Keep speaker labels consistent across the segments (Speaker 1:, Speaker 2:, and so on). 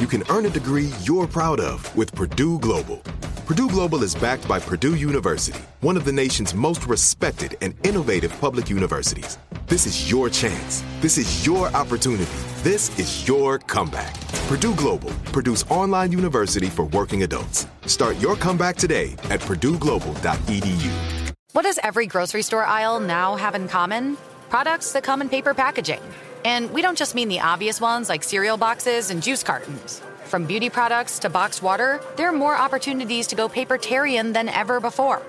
Speaker 1: You can earn a degree you're proud of with Purdue Global. Purdue Global is backed by Purdue University, one of the nation's most respected and innovative public universities. This is your chance. This is your opportunity. This is your comeback. Purdue Global, Purdue's online university for working adults. Start your comeback today at E purdueglobal.edu.
Speaker 2: What does every grocery store aisle now have in common? Products that come in paper packaging. And we don't just mean the obvious ones like cereal boxes and juice cartons. From beauty products to boxed water, there are more opportunities to go papertarian than ever before.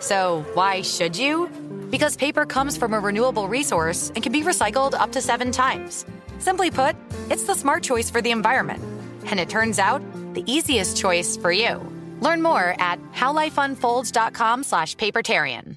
Speaker 2: So, why should you? Because paper comes from a renewable resource and can be recycled up to seven times. Simply put, it's the smart choice for the environment. And it turns out, the easiest choice for you. Learn more at howlifeunfolds.com slash papertarian.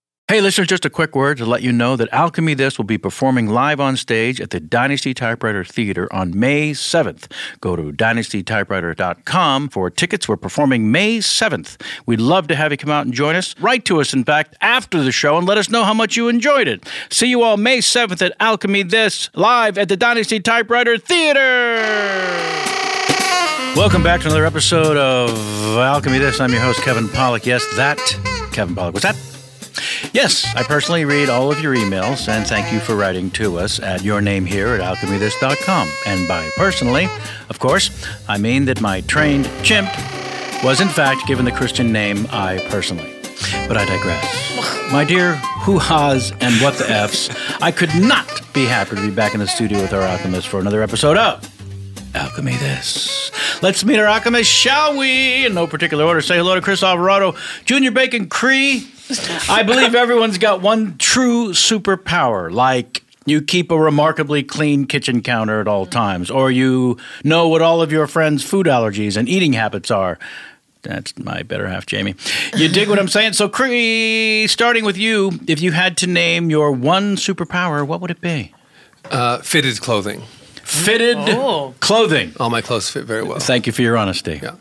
Speaker 3: Hey, listeners, just a quick word to let you know that Alchemy This will be performing live on stage at the Dynasty Typewriter Theater on May 7th. Go to dynastytypewriter.com for tickets. We're performing May 7th. We'd love to have you come out and join us. Write to us, in fact, after the show and let us know how much you enjoyed it. See you all May 7th at Alchemy This live at the Dynasty Typewriter Theater. Welcome back to another episode of Alchemy This. I'm your host, Kevin Pollock. Yes, that Kevin Pollock. Was that? Yes, I personally read all of your emails and thank you for writing to us at your name here at alchemythis.com. And by personally, of course, I mean that my trained chimp was in fact given the Christian name I personally. But I digress. My dear hoo ha's and what the F's, I could not be happier to be back in the studio with our alchemist for another episode of Alchemy This. Let's meet our alchemist, shall we? In no particular order, say hello to Chris Alvarado, Junior Bacon Cree. I believe everyone's got one true superpower, like you keep a remarkably clean kitchen counter at all times, or you know what all of your friends' food allergies and eating habits are. That's my better half, Jamie. You dig what I'm saying? So, Cree, starting with you, if you had to name your one superpower, what would it be?
Speaker 4: Uh, fitted clothing.
Speaker 3: Fitted clothing.
Speaker 4: All my clothes fit very well.
Speaker 3: Thank you for your honesty.
Speaker 4: Yeah.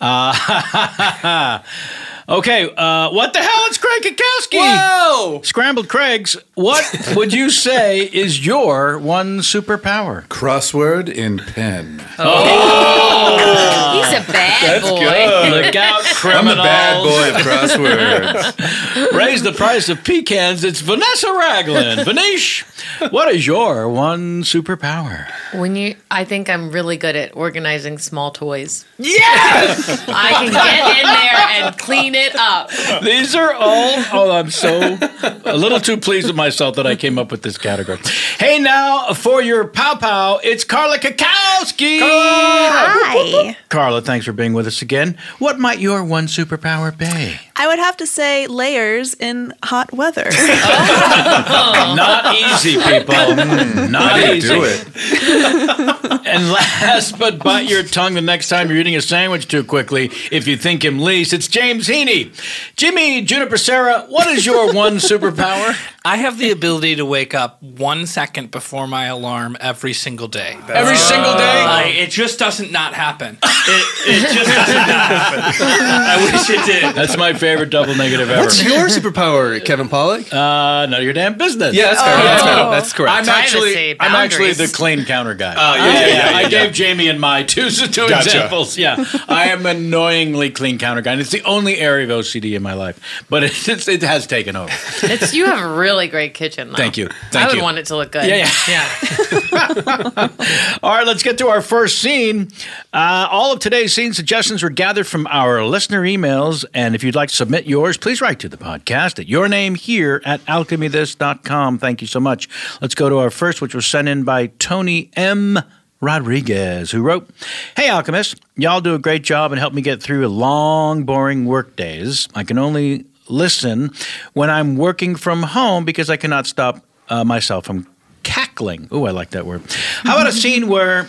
Speaker 3: Uh, okay, uh, what the hell? It's Craig Kikowski.
Speaker 4: Whoa!
Speaker 3: Scrambled Craigs, what would you say is your one superpower?
Speaker 5: Crossword in pen.
Speaker 6: He's a bad boy.
Speaker 3: Look out,
Speaker 4: I'm a bad
Speaker 3: criminals.
Speaker 4: boy of crosswords.
Speaker 3: Raise the price of pecans. It's Vanessa Ragland. Vanish, what is your one superpower?
Speaker 5: When you, I think I'm really good at organizing small toys. Yes, I can get in there and clean it up.
Speaker 3: These are all. Oh, I'm so a little too pleased with myself that I came up with this category. Hey, now for your pow pow, it's Carla Kakowski.
Speaker 6: Hi.
Speaker 3: Carla, thanks for being with us again. What might your one superpower be?
Speaker 6: I would have to say layers in hot weather.
Speaker 3: Not easy, people. Mm, Not
Speaker 4: How do you
Speaker 3: easy.
Speaker 4: do it?
Speaker 3: And last but bite your tongue the next time you're eating a sandwich too quickly. If you think him least, it's James Heaney. Jimmy Juniper Serra, what is your one superpower?
Speaker 7: I have the ability to wake up one second before my alarm every single day.
Speaker 3: Every single day?
Speaker 7: Like, it just doesn't not happen. It, it just doesn't not happen. I wish it did.
Speaker 3: That's my favorite double negative ever.
Speaker 4: What's your superpower, Kevin Pollock?
Speaker 3: uh, none of your damn business.
Speaker 4: yeah, that's, fair. that's fair. That's correct.
Speaker 3: I'm actually,
Speaker 5: Oh. Privacy,
Speaker 3: I'm actually
Speaker 5: boundaries.
Speaker 3: the clean counter guy.
Speaker 4: Oh, yeah, yeah, yeah,
Speaker 3: I
Speaker 4: yeah.
Speaker 3: gave Jamie and my two, two
Speaker 4: Gotcha.
Speaker 3: examples. Yeah, I am annoyingly clean counter guy, and it's the only area of OCD in my life. But it's, it's, it has taken over.
Speaker 5: It's you have a really great kitchen. Though.
Speaker 3: Thank you.
Speaker 5: I
Speaker 3: Thank
Speaker 5: would
Speaker 3: you.
Speaker 5: want it to look good.
Speaker 3: Yeah, yeah. all right, let's get to our first scene. Uh, all of today's scene suggestions were gathered from our listener emails. And if you'd like to submit yours, please write to the podcast at your name here at alchemythis.com. Thank you so much. Let's go to our first, which was sent in by Tony M. Rodriguez, who wrote, Hey, Alchemist, y'all do a great job and help me get through long, boring work days. I can only listen when I'm working from home because I cannot stop uh, myself from cackling. Ooh, I like that word. How about a scene where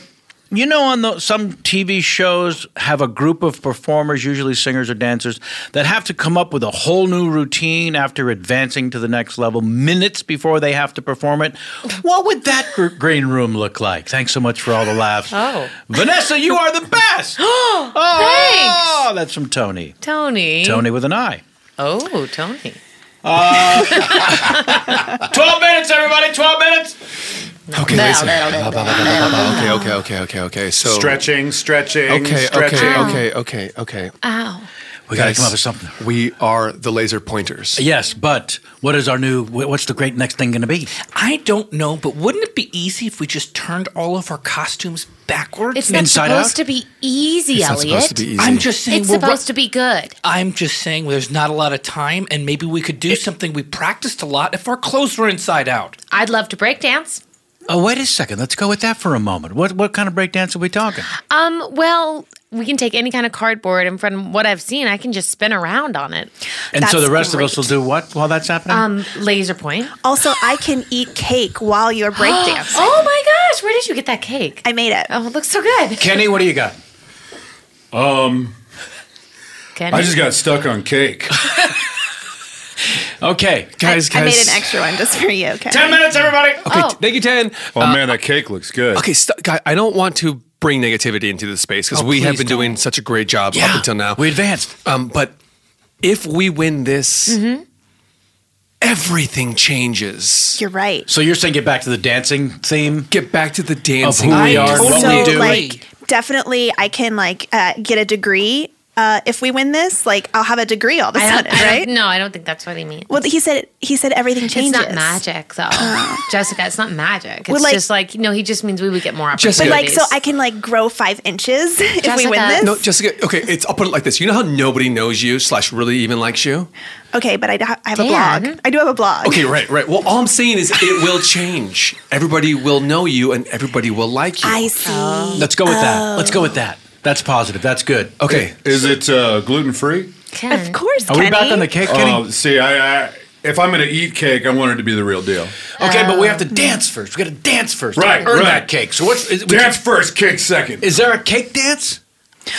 Speaker 3: you know on the, some TV shows have a group of performers, usually singers or dancers, that have to come up with a whole new routine after advancing to the next level minutes before they have to perform it. What would that gr- green room look like? Thanks so much for all the laughs.
Speaker 5: Oh.
Speaker 3: Vanessa, you are the best. oh, that's from Tony.
Speaker 5: Tony.
Speaker 3: Tony with an I.
Speaker 5: Oh, Tony.
Speaker 3: 12 minutes everybody, 12 minutes.
Speaker 4: Okay, wait a second. Ba, ba, ba, ba, ba, ba, ba. Okay, okay, okay, okay. So
Speaker 8: Stretching, stretching,
Speaker 4: Okay,
Speaker 8: stretching.
Speaker 4: okay, okay, okay, okay.
Speaker 5: Ow.
Speaker 3: We got to
Speaker 4: Guys,
Speaker 3: come up with something.
Speaker 4: We are the laser pointers.
Speaker 3: Yes, but what is our new wh- what's the great next thing going to be?
Speaker 7: I don't know, but wouldn't it be easy if we just turned all of our costumes backwards?
Speaker 6: It's not
Speaker 3: Inside
Speaker 6: supposed
Speaker 3: out?
Speaker 6: to be easy,
Speaker 4: It's not
Speaker 6: Elliot.
Speaker 4: supposed to be easy.
Speaker 7: I'm just saying
Speaker 6: It's
Speaker 7: we're ru-
Speaker 6: supposed to be good.
Speaker 7: I'm just saying there's not a lot of time, and maybe we could do something we practiced a lot if our clothes were inside out.
Speaker 6: I'd love to break dance.
Speaker 3: Oh, wait a second. Let's go with that for a moment. What what kind of breakdance are we talking?
Speaker 5: Um. Well, we can take any kind of cardboard, and from what I've seen, I can just spin around on it.
Speaker 3: And so
Speaker 6: That's
Speaker 3: the rest of us will
Speaker 6: great.
Speaker 3: do what while that's happening?
Speaker 5: Um. Laser point.
Speaker 6: Also, I can eat cake while you're breakdancing.
Speaker 5: Oh my gosh! Where did you get that cake?
Speaker 6: I made it.
Speaker 5: oh, it looks so good.
Speaker 3: Kenny, what do you got?
Speaker 5: Kenny.
Speaker 8: Um, I just got stuck on cake.
Speaker 3: Okay.
Speaker 4: Guys, guys.
Speaker 6: I made an extra one just for you. Okay.
Speaker 3: minutes, everybody.
Speaker 4: Okay,
Speaker 5: Oh.
Speaker 4: t- thank you, Tan.
Speaker 8: Oh man, that cake looks good.
Speaker 4: Okay, st- guy, I don't want to bring negativity into this space because
Speaker 3: Oh,
Speaker 4: we have
Speaker 3: please
Speaker 4: been doing such a great job up until now.
Speaker 3: We advanced. Mm-hmm.
Speaker 4: um, but if we win this, everything changes.
Speaker 6: You're right.
Speaker 3: So you're saying get back to the dancing theme?
Speaker 4: Get back to the dancing.
Speaker 3: who we are,
Speaker 4: thing.
Speaker 3: what
Speaker 6: so
Speaker 3: we do.
Speaker 6: like definitely I can like uh, get a degree uh, if we win this. Like I'll have a degree all of a
Speaker 5: I don't,
Speaker 6: sudden,
Speaker 5: I don't-
Speaker 6: right?
Speaker 5: No, I don't think that's what he means.
Speaker 6: Well, he said he said everything
Speaker 5: It's
Speaker 6: changes.
Speaker 5: not magic, though, Jessica. It's not magic. It's
Speaker 6: Well, like-
Speaker 5: just like no. He just means we would get more opportunities.
Speaker 4: Jessica-
Speaker 6: But like, so I can like grow five inches if we win
Speaker 5: Jessica.
Speaker 6: this.
Speaker 4: No, Jessica. Okay, it's. I'll put it like this. You know how nobody knows you slash really even likes you.
Speaker 6: okay, but I, do- I have a
Speaker 5: Dan.
Speaker 6: blog. I do have a blog.
Speaker 4: Okay, right, right. Well, all I'm saying is it will change. Everybody will know you, and everybody will like you.
Speaker 6: I see.
Speaker 5: Oh.
Speaker 3: Let's go with
Speaker 6: Uh,
Speaker 3: that. Let's go with that. That's positive. That's good.
Speaker 4: okay,
Speaker 8: Is it uh, gluten free?
Speaker 5: Ken.
Speaker 6: Of course,
Speaker 3: Are we
Speaker 6: Kenny. Uh,
Speaker 3: back on the cake, Kenny?
Speaker 8: Oh, see, I, I if I'm gonna eat cake, I want it to be the real deal.
Speaker 3: okay, but we have to
Speaker 5: Um,
Speaker 3: dance first. We got to dance first.
Speaker 8: Right,
Speaker 3: Earn
Speaker 8: right.
Speaker 3: that cake. So what's is, we-
Speaker 8: Dance first, cake second.
Speaker 3: is there a cake dance?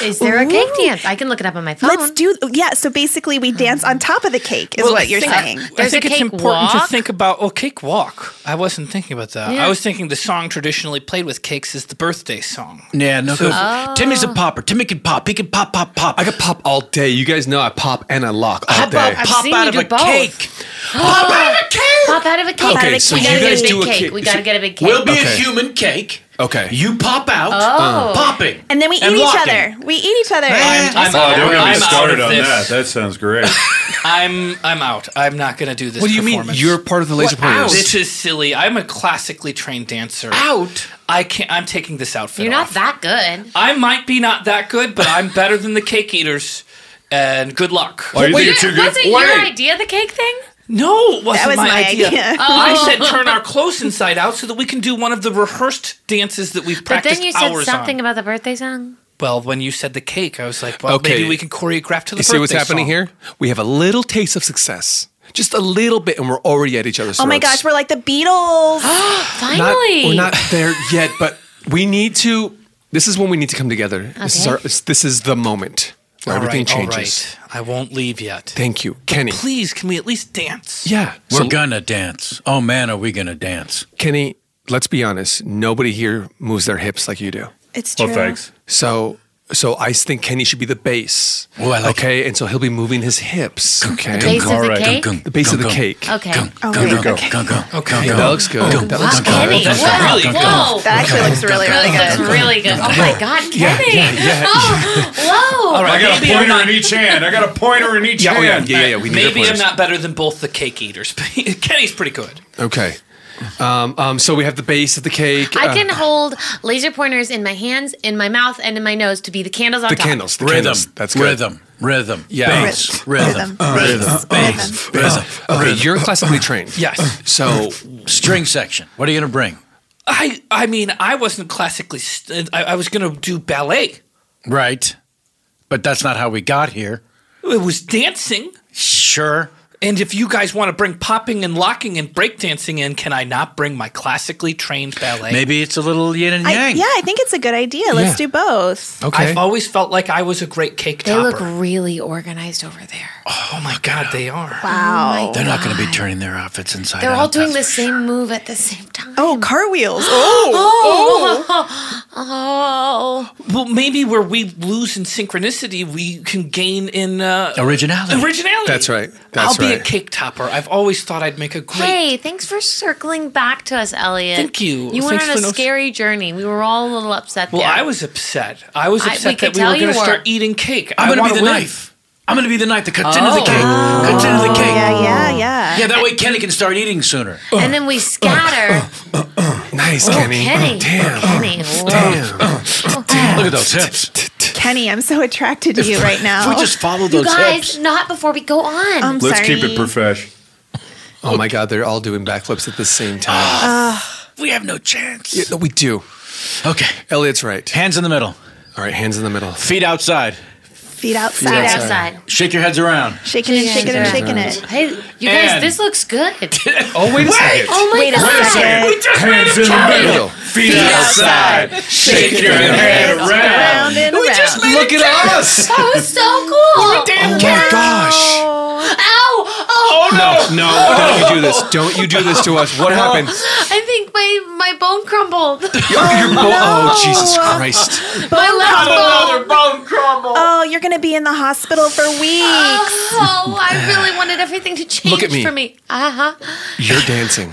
Speaker 5: Is there a cake
Speaker 6: Ooh.
Speaker 5: dance? I can look it up on my phone.
Speaker 6: Let's do yeah. So basically, we dance on top of the cake is what you're saying.
Speaker 5: There's
Speaker 7: I think
Speaker 5: a
Speaker 7: it's
Speaker 5: cake
Speaker 7: important
Speaker 5: walk.
Speaker 7: to think about. Oh, cake walk. I wasn't thinking about that.
Speaker 5: Yeah.
Speaker 7: I was thinking the song traditionally played with cakes is the birthday song.
Speaker 3: Yeah, no. good. Timmy's a popper. Timmy can pop. He can pop, pop, pop.
Speaker 4: I could pop all day. You guys know I pop and I lock all
Speaker 3: How
Speaker 4: day.
Speaker 3: about
Speaker 5: I've
Speaker 3: pop
Speaker 5: seen
Speaker 3: out
Speaker 5: you
Speaker 3: of
Speaker 5: do
Speaker 3: a
Speaker 5: both.
Speaker 3: cake? pop out of a cake.
Speaker 5: Pop out of a cake.
Speaker 4: Okay,
Speaker 5: We
Speaker 4: so
Speaker 5: gotta
Speaker 4: you
Speaker 5: get
Speaker 4: guys
Speaker 5: a big
Speaker 4: do a
Speaker 5: cake.
Speaker 4: cake.
Speaker 5: We gotta
Speaker 4: So-
Speaker 5: get a big cake.
Speaker 3: We'll be a
Speaker 4: Okay.
Speaker 3: human cake.
Speaker 4: Okay.
Speaker 7: You pop out,
Speaker 6: Oh.
Speaker 7: popping,
Speaker 6: And then we eat each other. We eat each other.
Speaker 7: I'm-
Speaker 8: oh, don't get me
Speaker 7: I'm out
Speaker 8: started
Speaker 7: of
Speaker 8: on
Speaker 7: this.
Speaker 8: that. That sounds great.
Speaker 7: I'm I'm out. I'm not going to do this.
Speaker 8: What do you mean?
Speaker 7: performance.
Speaker 8: You're part of the Laser
Speaker 7: What, out?
Speaker 8: Players.
Speaker 7: This is silly. I'm a classically trained dancer. Out. I can't. I'm taking this outfit.
Speaker 5: You're
Speaker 7: off.
Speaker 5: not that good.
Speaker 7: I might be not that good, but I'm better than the cake eaters. And good luck.
Speaker 8: Oh, you think you're too good?
Speaker 5: Was it your idea, the cake thing?
Speaker 7: No, it wasn't
Speaker 5: was
Speaker 7: my,
Speaker 5: my
Speaker 7: idea.
Speaker 5: idea.
Speaker 7: I
Speaker 5: Oh.
Speaker 7: said turn our clothes inside out so that we can do one of the rehearsed dances that we've
Speaker 5: But
Speaker 7: practiced
Speaker 5: then you said
Speaker 7: hours
Speaker 5: something
Speaker 7: on.
Speaker 5: about the birthday song.
Speaker 7: Well, when you said the cake, I was like, well,
Speaker 4: Okay.
Speaker 7: maybe we can choreograph to the
Speaker 4: You see what's
Speaker 7: birthday
Speaker 4: happening
Speaker 7: song.
Speaker 4: here? We have a little taste of success. Just a little bit, and we're already at each other's
Speaker 6: Oh my
Speaker 4: throats.
Speaker 6: gosh, we're like the Beatles.
Speaker 4: Not-
Speaker 6: Finally.
Speaker 4: we're not there yet, but we need to. This is when we need to come together. This is
Speaker 7: Okay.
Speaker 4: our. This is the moment where
Speaker 7: All
Speaker 4: everything
Speaker 7: right, all
Speaker 4: changes.
Speaker 7: right. I won't leave yet.
Speaker 4: Thank you, Kenny.
Speaker 7: Please, can we at least dance?
Speaker 4: Yeah,
Speaker 3: We're
Speaker 4: so-
Speaker 3: gonna dance. Oh man, are we gonna dance?
Speaker 4: Kenny, let's be honest. Nobody here moves their hips like you do.
Speaker 6: It's Well, true. thanks.
Speaker 4: So, so I think Kenny should be the bass.
Speaker 3: Oh, I like
Speaker 4: okay, and so he'll be moving his hips. Okay,
Speaker 5: The base of the Alright. cake?
Speaker 4: The base of the cake.
Speaker 5: Okay.
Speaker 4: There we go. Okay, that looks good. That looks good.
Speaker 5: Kenny, wow, whoa.
Speaker 6: That actually looks really, really good.
Speaker 5: That's really good. Oh my God,
Speaker 4: Yeah,
Speaker 5: Kenny.
Speaker 4: yeah, yeah.
Speaker 5: Oh, whoa.
Speaker 8: I got a
Speaker 7: maybe I'm
Speaker 8: pointer
Speaker 7: not-
Speaker 8: in each hand. I got a pointer in each
Speaker 4: Yeah, oh, yeah,
Speaker 8: hand.
Speaker 4: yeah, yeah, yeah. We need
Speaker 7: Maybe
Speaker 4: our
Speaker 7: I'm
Speaker 4: players.
Speaker 7: not better than both the cake eaters, but Kenny's pretty good.
Speaker 4: Okay. Um, um, so we have the base of the cake.
Speaker 5: I
Speaker 4: uh,
Speaker 5: can hold laser pointers in my hands, in my mouth, and in my nose to be the candles on
Speaker 4: the
Speaker 5: top.
Speaker 4: candles. The
Speaker 3: Rhythm.
Speaker 4: Candles. That's good.
Speaker 3: Rhythm. Rhythm.
Speaker 4: Yeah.
Speaker 3: Bass. Rhythm. Rhythm. Bass. Rhythm.
Speaker 4: Okay, you're classically trained. yes. So
Speaker 3: string section. What are you gonna bring?
Speaker 7: I I mean, I wasn't classically. St- I, I was going to do ballet.
Speaker 3: Right. But that's not how we got here.
Speaker 7: It was dancing.
Speaker 3: Sure.
Speaker 7: And if you guys want to bring popping and locking and breakdancing in, can I not bring my classically trained ballet?
Speaker 3: Maybe it's a little yin and
Speaker 6: I,
Speaker 3: yang.
Speaker 6: yeah, I think it's a good idea. Let's
Speaker 3: Yeah.
Speaker 6: do both.
Speaker 7: I've always felt like I was a great cake
Speaker 5: They
Speaker 7: topper.
Speaker 5: look really organized over there.
Speaker 7: oh my god, they are.
Speaker 5: Wow. Oh
Speaker 3: They're not going to be turning their outfits inside
Speaker 5: They're
Speaker 3: out.
Speaker 5: all doing the same move at the same time.
Speaker 6: Oh, cartwheels.
Speaker 5: Oh.
Speaker 6: Oh,
Speaker 5: Oh.
Speaker 7: Well, maybe where we lose in synchronicity, we can gain in uh,
Speaker 3: Originality.
Speaker 7: Originality.
Speaker 4: That's right. That's
Speaker 7: I'll be a
Speaker 4: right.
Speaker 7: cake topper. I've always thought I'd make a oh, great.
Speaker 5: Hey, thanks for circling back to us, Elliot.
Speaker 7: Thank you.
Speaker 5: You went
Speaker 7: Thanks
Speaker 5: on a
Speaker 7: for no-
Speaker 5: scary journey. We were all a little upset
Speaker 7: Well,
Speaker 5: there.
Speaker 7: I was upset. I was
Speaker 5: I- we
Speaker 7: upset
Speaker 5: could
Speaker 7: that we
Speaker 5: tell
Speaker 7: were
Speaker 5: you
Speaker 7: going to
Speaker 5: were.
Speaker 7: start eating cake.
Speaker 3: I'm
Speaker 7: I
Speaker 3: going to
Speaker 7: wanna
Speaker 3: be the
Speaker 7: win.
Speaker 3: knife. I'm going to be the knife that cuts into the
Speaker 7: Oh.
Speaker 3: cake. Cuts into the cake.
Speaker 6: Yeah, yeah, yeah.
Speaker 3: Yeah, that way Kenny can start eating sooner.
Speaker 5: and then
Speaker 3: Oh.
Speaker 5: we scatter.
Speaker 4: nice,
Speaker 5: Oh,
Speaker 4: Kenny.
Speaker 5: Kenny.
Speaker 4: Damn.
Speaker 7: Oh.
Speaker 5: Kenny. Whoa.
Speaker 4: Damn.
Speaker 3: Look at those hips.
Speaker 6: Kenny, I'm so attracted to you right now.
Speaker 3: If we just follow
Speaker 5: You
Speaker 3: those
Speaker 5: guys,
Speaker 3: hips.
Speaker 5: not before we go on.
Speaker 6: I'm
Speaker 8: Let's
Speaker 6: sorry.
Speaker 8: keep it profesh.
Speaker 4: Oh my God, they're all doing backflips at the same time.
Speaker 3: We have no chance.
Speaker 4: Yeah, we do.
Speaker 3: Oh, Okay.
Speaker 4: Elliot's right.
Speaker 3: Hands in the middle.
Speaker 4: All right, hands in the middle.
Speaker 3: Feet outside.
Speaker 6: Feet outside.
Speaker 5: Get outside.
Speaker 3: Shake your heads around.
Speaker 6: Shaking it, shaking it, shaking it.
Speaker 5: Hey, you guys,
Speaker 3: And-
Speaker 5: this looks good.
Speaker 4: Oh, wait a second.
Speaker 5: oh my
Speaker 6: Wait a
Speaker 5: god.
Speaker 6: second.
Speaker 8: Hands in the middle. Feet outside. Shake your head around.
Speaker 6: Round and round.
Speaker 4: Look at us.
Speaker 5: That was so cool.
Speaker 4: Oh my gosh.
Speaker 5: Ow! Oh,
Speaker 4: No, no, don't you do this. Don't you do this to us. What happened?
Speaker 5: I think my my bone crumbled.
Speaker 4: Your bo- oh, Jesus Christ.
Speaker 5: my left bone.
Speaker 6: Oh, you're going to be in the hospital for weeks.
Speaker 5: Oh, I really wanted everything to change
Speaker 4: Look at me.
Speaker 5: for me. Uh huh.
Speaker 4: You're dancing.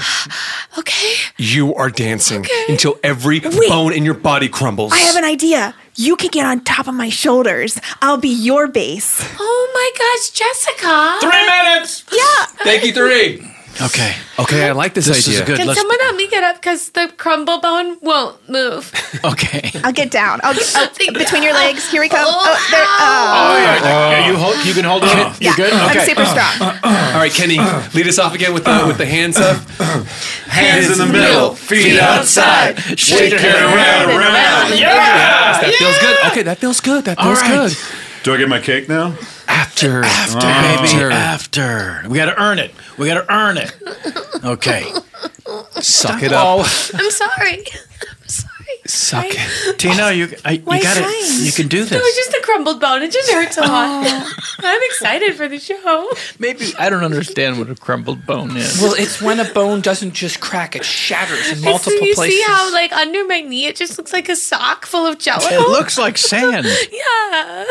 Speaker 5: Okay.
Speaker 4: You are dancing until every bone in your body crumbles.
Speaker 6: I have an idea. You can get on top of my shoulders. I'll be your base.
Speaker 5: Oh my gosh, Jessica.
Speaker 3: Three minutes.
Speaker 6: Yeah.
Speaker 4: Thank you, three.
Speaker 3: Okay.
Speaker 4: Okay, I like this,
Speaker 3: This
Speaker 4: idea.
Speaker 3: is good.
Speaker 5: Can
Speaker 3: Let's-
Speaker 5: someone help me get up? Because the crumble bone won't move.
Speaker 3: okay.
Speaker 6: I'll get down. I'll get up between your legs. Here we come.
Speaker 5: Oh,
Speaker 6: Oh, there.
Speaker 5: ow.
Speaker 6: Oh.
Speaker 3: Yeah, you, hold, you can hold on.
Speaker 6: Yeah.
Speaker 3: You're
Speaker 4: Oh,
Speaker 3: good?
Speaker 6: I'm
Speaker 3: Okay.
Speaker 6: super strong.
Speaker 4: All right, Kenny, lead us off again with the, with the hands up.
Speaker 8: Hands in the middle. Feet outside. Shake your head around. around.
Speaker 4: That feels good. Okay, that feels good. That
Speaker 3: All
Speaker 4: feels
Speaker 3: right.
Speaker 4: good.
Speaker 8: Do I get my cake now? Oh.
Speaker 4: After.
Speaker 3: After, baby. After. We got to earn it. We got to earn it. Okay.
Speaker 4: Suck it up.
Speaker 5: I'm sorry. I'm sorry.
Speaker 4: Suck it.
Speaker 3: Tina, you, I, you
Speaker 6: Why
Speaker 3: got it.
Speaker 6: fine?
Speaker 3: You can do
Speaker 5: It was
Speaker 3: this.
Speaker 5: just a crumbled bone. It just hurts a lot. I'm excited for the show.
Speaker 3: Maybe I don't understand what a crumbled bone is.
Speaker 7: Well, it's when a bone doesn't just crack; it shatters in
Speaker 5: It's-
Speaker 7: multiple
Speaker 5: you
Speaker 7: places.
Speaker 5: see how, like, under my knee, it just looks like a sock full of jello.
Speaker 3: It looks like sand.
Speaker 5: yeah.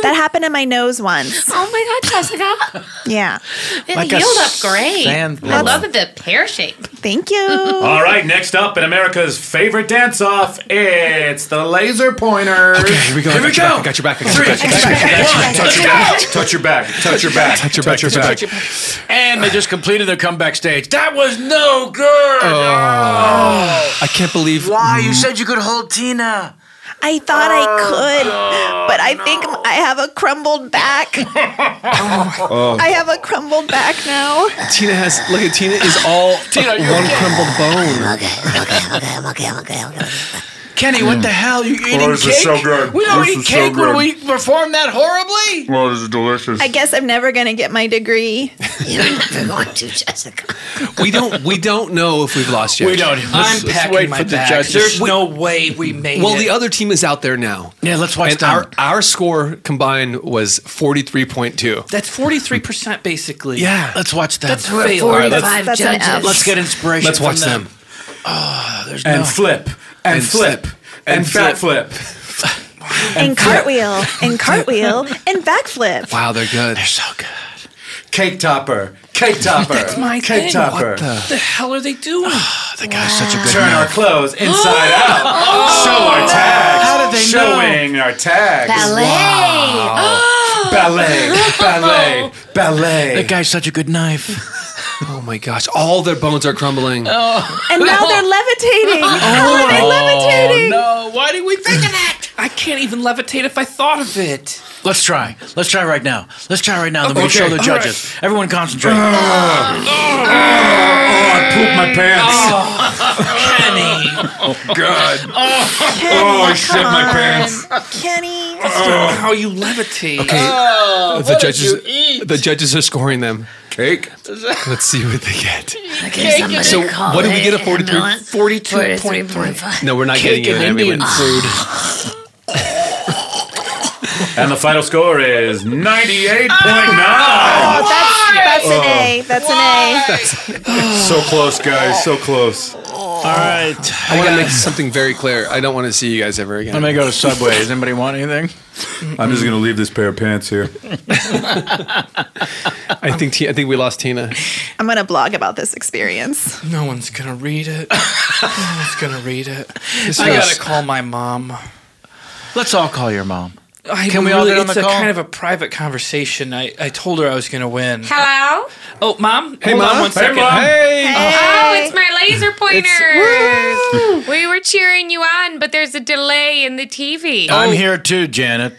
Speaker 6: That happened in my nose once.
Speaker 5: Oh my god, Jessica!
Speaker 6: Yeah.
Speaker 5: It
Speaker 8: Like a
Speaker 5: healed up great.
Speaker 8: sand
Speaker 5: I love
Speaker 8: roller.
Speaker 5: the pear shape.
Speaker 6: Thank you.
Speaker 8: All right, next up in America's favorite dance off, it's the laser pointers. Okay, here we go. Here we go.
Speaker 4: got your back. I got
Speaker 8: Three,
Speaker 4: your back. I got your
Speaker 8: two,
Speaker 4: back.
Speaker 8: one,
Speaker 4: Touch your
Speaker 8: let's
Speaker 4: back.
Speaker 8: go. Touch your back. Touch your back.
Speaker 4: Touch your back. Touch your back.
Speaker 3: And they just completed their comeback stage. That was no good.
Speaker 4: I can't believe
Speaker 3: Why? You said you could hold Tina. Oh,
Speaker 6: I thought I could, but I think I have a crumbled back.
Speaker 4: Oh.
Speaker 6: I have a crumbled back now.
Speaker 4: Tina has look at Tina is all one crumbled bone.
Speaker 3: Kenny, what the hell? You eating
Speaker 8: this
Speaker 3: cake?
Speaker 8: is so good.
Speaker 3: We don't
Speaker 8: This
Speaker 3: eat
Speaker 8: is so
Speaker 3: cake when
Speaker 8: good.
Speaker 3: we perform that horribly.
Speaker 8: Well, this is delicious.
Speaker 6: I guess I'm never going to get my degree.
Speaker 5: You're never going to, Jessica.
Speaker 4: We don't we don't know if we've lost yet.
Speaker 3: We don't.
Speaker 7: I'm
Speaker 3: Let's- let's
Speaker 7: packing
Speaker 3: wait
Speaker 7: my
Speaker 3: for the
Speaker 7: bags.
Speaker 3: judges.
Speaker 7: There's
Speaker 3: We-
Speaker 7: no way we made
Speaker 4: Well,
Speaker 7: it.
Speaker 4: the other team is out there now.
Speaker 3: Yeah, let's watch
Speaker 4: And
Speaker 3: them.
Speaker 4: our our score combined was forty three point two.
Speaker 7: That's 43% basically.
Speaker 4: Yeah.
Speaker 3: Let's watch them.
Speaker 7: That's
Speaker 3: Let's-
Speaker 7: fail.
Speaker 4: All right, let's-
Speaker 5: Five
Speaker 6: That's an
Speaker 5: judges.
Speaker 6: F.
Speaker 3: Let's get inspiration.
Speaker 4: Let's
Speaker 3: from
Speaker 4: watch them.
Speaker 3: There's
Speaker 8: and
Speaker 3: no-
Speaker 8: flip and,
Speaker 4: And
Speaker 8: flip
Speaker 4: flip,
Speaker 8: and,
Speaker 4: and
Speaker 8: fat flip.
Speaker 6: And cartwheel, and cartwheel, and backflip.
Speaker 4: Wow, they're good.
Speaker 3: They're so good.
Speaker 8: Cake topper. Cake topper.
Speaker 7: That's my
Speaker 8: Cake
Speaker 7: thing.
Speaker 8: topper.
Speaker 7: What the, the hell are they doing?
Speaker 3: That guy's such a good
Speaker 8: Turn our
Speaker 3: man.
Speaker 8: clothes inside out. Show our tags.
Speaker 3: How did they know?
Speaker 8: Showing our tags.
Speaker 5: Ballet.
Speaker 8: Ballet. Ballet. Ballet.
Speaker 3: That guy's such a good knife.
Speaker 4: Oh my gosh. All their bones are crumbling.
Speaker 6: Oh, And now they're levitating. How are they
Speaker 5: Oh,
Speaker 6: levitating?
Speaker 3: "Oh, no. Why did we think of that?
Speaker 7: I can't even levitate if I thought of it.
Speaker 3: Let's try. Let's try right now. Let's try right now. Then we'll
Speaker 8: Okay,
Speaker 3: show the
Speaker 8: all right.
Speaker 3: judges. Everyone concentrate.
Speaker 8: Oh, I pooped my pants. Oh, God.
Speaker 6: Kenny,
Speaker 8: Oh, I
Speaker 6: come
Speaker 8: shit my
Speaker 6: on.
Speaker 8: pants.
Speaker 6: Kenny.
Speaker 3: Oh.
Speaker 7: How you levitate.
Speaker 4: Okay. the judges the judges are scoring them.
Speaker 8: Cake.
Speaker 4: Let's see what they get.
Speaker 5: Okay, somebody
Speaker 4: So
Speaker 5: call
Speaker 4: what did we get a
Speaker 5: it
Speaker 4: 43
Speaker 5: ambulance. 42.5.
Speaker 4: No, we're not
Speaker 3: Cake
Speaker 4: getting
Speaker 3: and
Speaker 4: it.
Speaker 3: Indian food.
Speaker 8: And the final score is 98.9.
Speaker 3: Ah,
Speaker 6: That's, that's an A. That's an A.
Speaker 8: So close, guys. So close.
Speaker 3: All right.
Speaker 4: I gotta make something very clear. I don't want to see you guys ever again.
Speaker 3: Let me go to Subway. Does anybody want anything?
Speaker 8: I'm just going to leave this pair of pants here.
Speaker 4: I think Ti- I think we lost Tina.
Speaker 6: I'm going to blog about this experience.
Speaker 7: No one's gonna read it. no one's gonna read it. I
Speaker 4: feels-
Speaker 7: gotta call my mom.
Speaker 3: Let's all call your mom.
Speaker 7: I
Speaker 3: Can we all get on
Speaker 7: it's
Speaker 3: the
Speaker 7: a
Speaker 3: call?
Speaker 7: kind of a private conversation. I, I told her I was gonna win.
Speaker 5: Hello?
Speaker 7: Oh, mom.
Speaker 4: Hey,
Speaker 7: hold
Speaker 4: mom.
Speaker 7: On one
Speaker 4: Hey,
Speaker 7: second.
Speaker 8: Mom.
Speaker 4: Hey.
Speaker 5: Oh, it's my laser pointers. we were cheering you on, but there's a delay in the TV.
Speaker 4: Oh.
Speaker 8: Oh.
Speaker 3: I'm here too, Janet.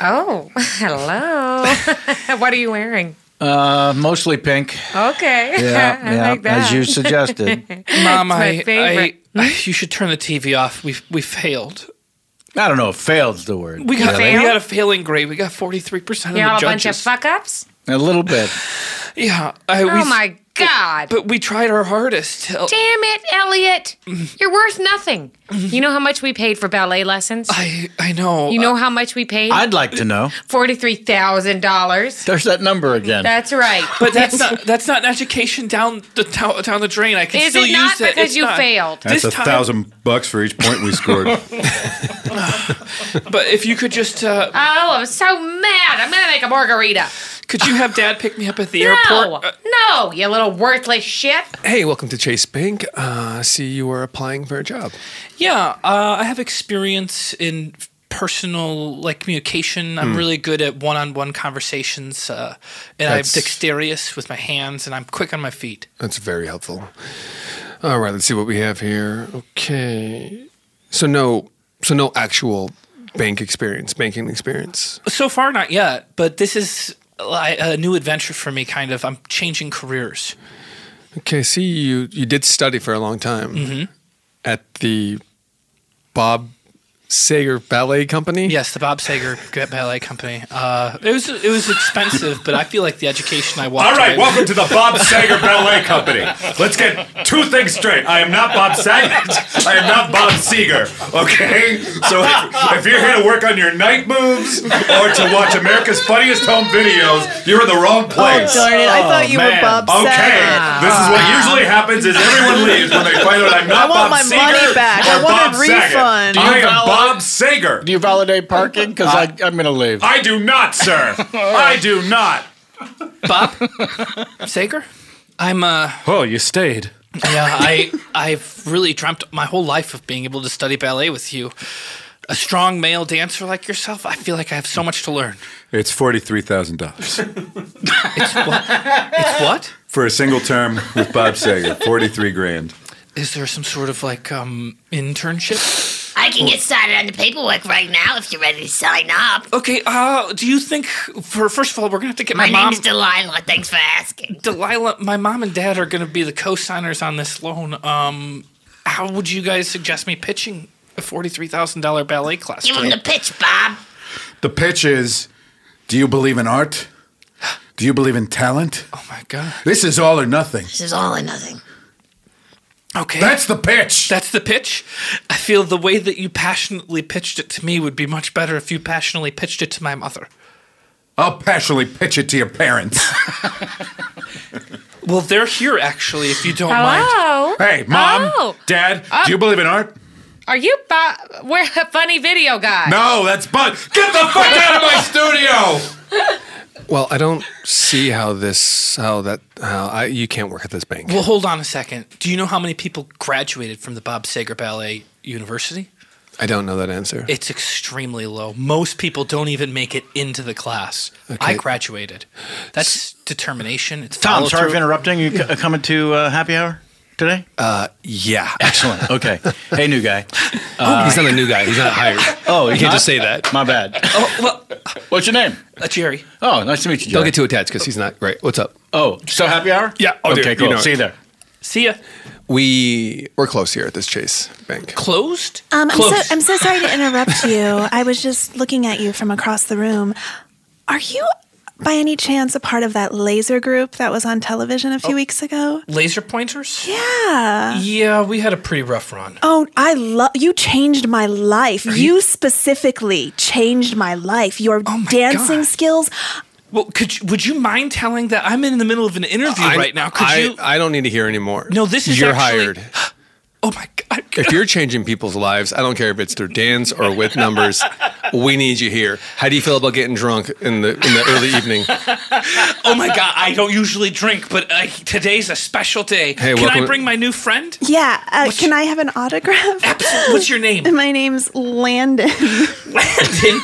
Speaker 5: Oh, hello. what are you wearing?
Speaker 3: Uh, mostly pink.
Speaker 5: Okay. I like that.
Speaker 3: as you suggested.
Speaker 7: Mom,
Speaker 5: my
Speaker 7: I, I,
Speaker 5: favorite.
Speaker 7: I you should turn the TV off. We we failed.
Speaker 3: I don't know if failed's the word.
Speaker 7: We got
Speaker 5: Really?
Speaker 7: we got a failing grade. We got forty three percent of
Speaker 5: Y'all
Speaker 7: the
Speaker 5: a bunch of
Speaker 7: judges.
Speaker 5: fuck ups?
Speaker 3: A little bit.
Speaker 7: yeah. I, we,
Speaker 5: Oh my God.
Speaker 7: But we tried our hardest. Hell,
Speaker 5: Damn it, Elliot. You're worth nothing. You know how much we paid for ballet lessons?
Speaker 7: I I know.
Speaker 5: You know how much we paid?
Speaker 3: I'd like to know.
Speaker 5: $43,000.
Speaker 3: There's that number again.
Speaker 5: That's right.
Speaker 7: But that's not that's not an education down the down, down the drain. I can
Speaker 5: Is
Speaker 7: still
Speaker 5: it
Speaker 7: use
Speaker 5: not
Speaker 7: it.
Speaker 5: because
Speaker 7: It's
Speaker 5: you
Speaker 7: not.
Speaker 5: failed?
Speaker 8: That's
Speaker 7: This
Speaker 8: a
Speaker 7: time-
Speaker 8: thousand bucks for each point we scored.
Speaker 7: But if you could just uh,
Speaker 5: Oh, I'm so mad. I'm going to make a margarita.
Speaker 7: could you have Dad pick me up at the
Speaker 5: No.
Speaker 7: airport? Uh,
Speaker 5: No, you little worthless shit.
Speaker 4: Hey, welcome to Chase Bank. Uh, see, you were applying for a job.
Speaker 7: yeah, uh, I have experience in personal like communication.
Speaker 4: Hmm.
Speaker 7: I'm really good at one-on-one conversations, uh, and
Speaker 4: That's-
Speaker 7: I'm dexterous with my hands, and I'm quick on my feet.
Speaker 4: That's very helpful. All right, let's see what we have here. Okay. So no, so no actual bank experience, banking experience.
Speaker 7: So far, not yet, but this is like, a new adventure for me. Kind of, I'm changing careers.
Speaker 4: Okay. See, you you did study for a long time at the Bob Sager Ballet Company.
Speaker 7: Yes, the Bob Sager Ballet Company. Uh, it was it was expensive, but I feel like the education I walked.
Speaker 8: All right,
Speaker 7: away-
Speaker 8: welcome to the Bob Sager Ballet Company. Let's get two things straight. I am not Bob Saget. I am not Bob Seger. Okay? So if, if you're here to work on your night moves or to watch America's Funniest Home Videos, you're in the wrong place.
Speaker 6: Oh, Darn it. I
Speaker 9: Oh,
Speaker 6: thought you were
Speaker 8: Man,
Speaker 6: Bob
Speaker 8: okay,
Speaker 6: Saget.
Speaker 8: this is what usually happens: is everyone leaves when they find out I'm not
Speaker 6: I want
Speaker 8: Bob
Speaker 6: my
Speaker 8: Seger
Speaker 6: money back.
Speaker 8: or
Speaker 6: I want a
Speaker 8: Bob Saget.
Speaker 6: refund.
Speaker 8: I
Speaker 3: You
Speaker 8: am
Speaker 3: valid
Speaker 8: Bob Sager.
Speaker 10: Do you validate parking? Because I, I'm going to leave.
Speaker 8: I do not, sir. I do not.
Speaker 7: Sager? I'm uh
Speaker 9: Oh, you stayed.
Speaker 7: yeah, I I've really dreamt my whole life of being able to study ballet with you. A strong male dancer like yourself, I feel like I have so much to learn.
Speaker 8: It's forty-three thousand dollars
Speaker 7: It's what?
Speaker 8: for a single term with Bob Sager. Forty-three grand.
Speaker 7: Is there some sort of like um internship?
Speaker 11: I can get started on the paperwork right now if you're ready to sign up.
Speaker 7: Okay, uh do you think for first of all we're gonna have to get
Speaker 11: My,
Speaker 7: my, mom
Speaker 11: name's Delilah. Thanks for asking.
Speaker 7: Delilah, my mom and dad are gonna be the co signers on this loan. Um how would you guys suggest me pitching a forty three thousand dollar ballet class?
Speaker 11: Give
Speaker 7: to
Speaker 11: him
Speaker 7: them?
Speaker 11: the pitch, Bob.
Speaker 12: The pitch is do you believe in art? Do you believe in talent?
Speaker 7: Oh my god.
Speaker 12: This is all or nothing.
Speaker 11: This is all or nothing.
Speaker 7: Okay.
Speaker 12: That's the pitch.
Speaker 7: That's the pitch. I feel the way that you passionately pitched it to me would be much better if you passionately pitched it to my mother.
Speaker 12: I'll passionately pitch it to your parents.
Speaker 7: Well, they're here actually, if you don't
Speaker 5: Hello?
Speaker 7: mind.
Speaker 12: Hey, Mom,
Speaker 5: Oh.
Speaker 12: Dad,
Speaker 5: do you
Speaker 12: believe in art?
Speaker 5: Are you Bob? We're a funny video guy.
Speaker 12: No, that's Bud. Get the fuck out of my studio.
Speaker 4: Well, I don't see how this, how that, how I, you can't work at this bank.
Speaker 7: Well, hold on a second. Do you know how many people graduated from the Bob Sager Ballet University?
Speaker 4: I don't know that answer.
Speaker 7: It's extremely low. Most people don't even make it into the class. I graduated. That's determination. It's
Speaker 3: Tom, sorry for
Speaker 7: follow-through.
Speaker 3: interrupting. You c- coming to uh, happy hour today?
Speaker 4: Uh, yeah.
Speaker 3: Excellent. Okay. Hey, new guy.
Speaker 4: he's not a new guy. He's not hired.
Speaker 3: Oh,
Speaker 4: you
Speaker 3: he's
Speaker 4: can't
Speaker 3: not?
Speaker 4: just say that.
Speaker 3: My bad.
Speaker 7: Oh, well,
Speaker 3: What's your name?
Speaker 7: Uh, Jerry.
Speaker 3: Oh, nice to meet you.
Speaker 4: Don't
Speaker 3: Jerry.
Speaker 4: get too attached because he's not right. What's up?
Speaker 3: Oh, so happy hour?
Speaker 4: Yeah.
Speaker 7: Oh,
Speaker 3: okay, cool. See you there.
Speaker 7: See ya.
Speaker 4: We we're close here at this Chase Bank.
Speaker 7: Closed?
Speaker 6: Um, I'm so I'm so sorry to interrupt you. I was just looking at you from across the room. Are you by any chance a part of that laser group that was on television a few weeks ago?
Speaker 7: Laser pointers?
Speaker 6: Yeah.
Speaker 7: Yeah, we had a pretty rough run.
Speaker 6: Oh, I love you changed my life. You specifically changed my life. Your
Speaker 7: Oh
Speaker 6: dancing skills.
Speaker 7: Well, could you, would you mind telling that I'm in the middle of an interview
Speaker 4: I-
Speaker 7: right now? Could
Speaker 4: I,
Speaker 7: you?
Speaker 4: I don't need to hear anymore.
Speaker 7: No, this is
Speaker 4: you're
Speaker 7: actually-
Speaker 4: hired.
Speaker 7: Oh my god!
Speaker 4: If you're changing people's lives, I don't care if it's through dance or with numbers. we need you here. How do you feel about getting drunk in the in the early evening?
Speaker 7: Oh my god! I don't usually drink, but uh, today's a special day.
Speaker 4: Hey,
Speaker 7: Can
Speaker 4: welcome-
Speaker 7: I bring my new friend?
Speaker 6: Yeah. Uh, can I have an autograph?
Speaker 7: What's your name?
Speaker 6: My name's Landon.
Speaker 7: Landon.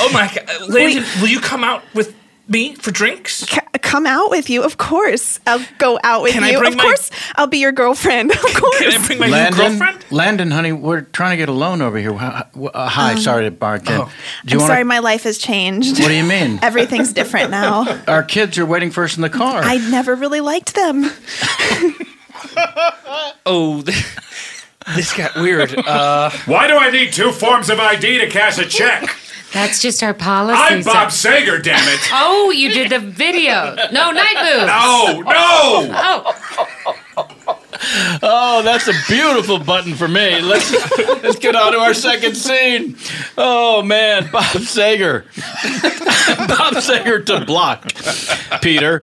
Speaker 7: Oh my god, Landon! Will you come out with me for drinks?
Speaker 6: C- come out with you, of course. I'll go out with
Speaker 7: Can I
Speaker 6: you.
Speaker 7: bring
Speaker 6: Of
Speaker 7: my-
Speaker 6: course, I'll be your girlfriend. Of course.
Speaker 7: Can I bring my new
Speaker 3: Landon,
Speaker 7: girlfriend?
Speaker 3: Landon, honey, we're trying to get a loan over here. Hi, uh, hi,
Speaker 6: Um,
Speaker 3: sorry to bark in. Do you
Speaker 6: I'm
Speaker 3: wanna-
Speaker 6: sorry, my life has changed.
Speaker 3: What do you mean?
Speaker 6: Everything's different now.
Speaker 3: Our kids are waiting for us in the car.
Speaker 6: I never really liked them.
Speaker 7: Oh, th- this got weird. Uh,
Speaker 8: Why do I need two forms of ID to cash a check?
Speaker 5: That's just our policy.
Speaker 8: I'm Bob Sager, damn it.
Speaker 5: Oh, you did the video. No, night moves.
Speaker 8: No, no.
Speaker 5: Oh,
Speaker 3: Oh, that's a beautiful button for me. Let's let's get on to our second scene. Oh man, Bob Sager, Bob Sager to block Peter.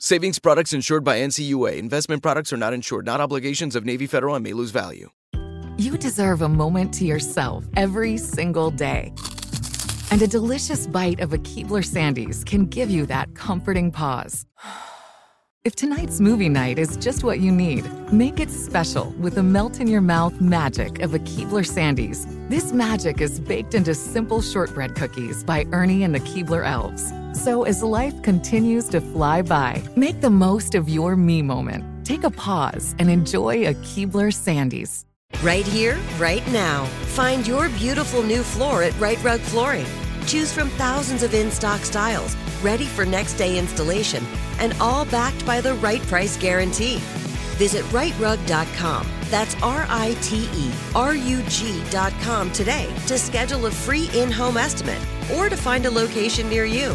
Speaker 13: Savings products insured by NCUA. Investment products are not insured, not obligations of Navy Federal and may lose value.
Speaker 9: You deserve a moment to yourself every single day. And a delicious bite of a Keebler Sandies can give you that comforting pause. If tonight's movie night is just what you need, make it special with the melt in your mouth magic of a Keebler Sandies. This magic is baked into simple shortbread cookies by Ernie and the Keebler Elves. So as life continues to fly by, make the most of your me moment. Take a pause and enjoy a Keebler Sandies.
Speaker 14: Right here, right now. Find your beautiful new floor at Right Rug Flooring. Choose from thousands of in stock styles, ready for next day installation, and all backed by the right price guarantee. Visit rightrug.com. That's R I T E R U G.com today to schedule a free in home estimate or to find a location near you.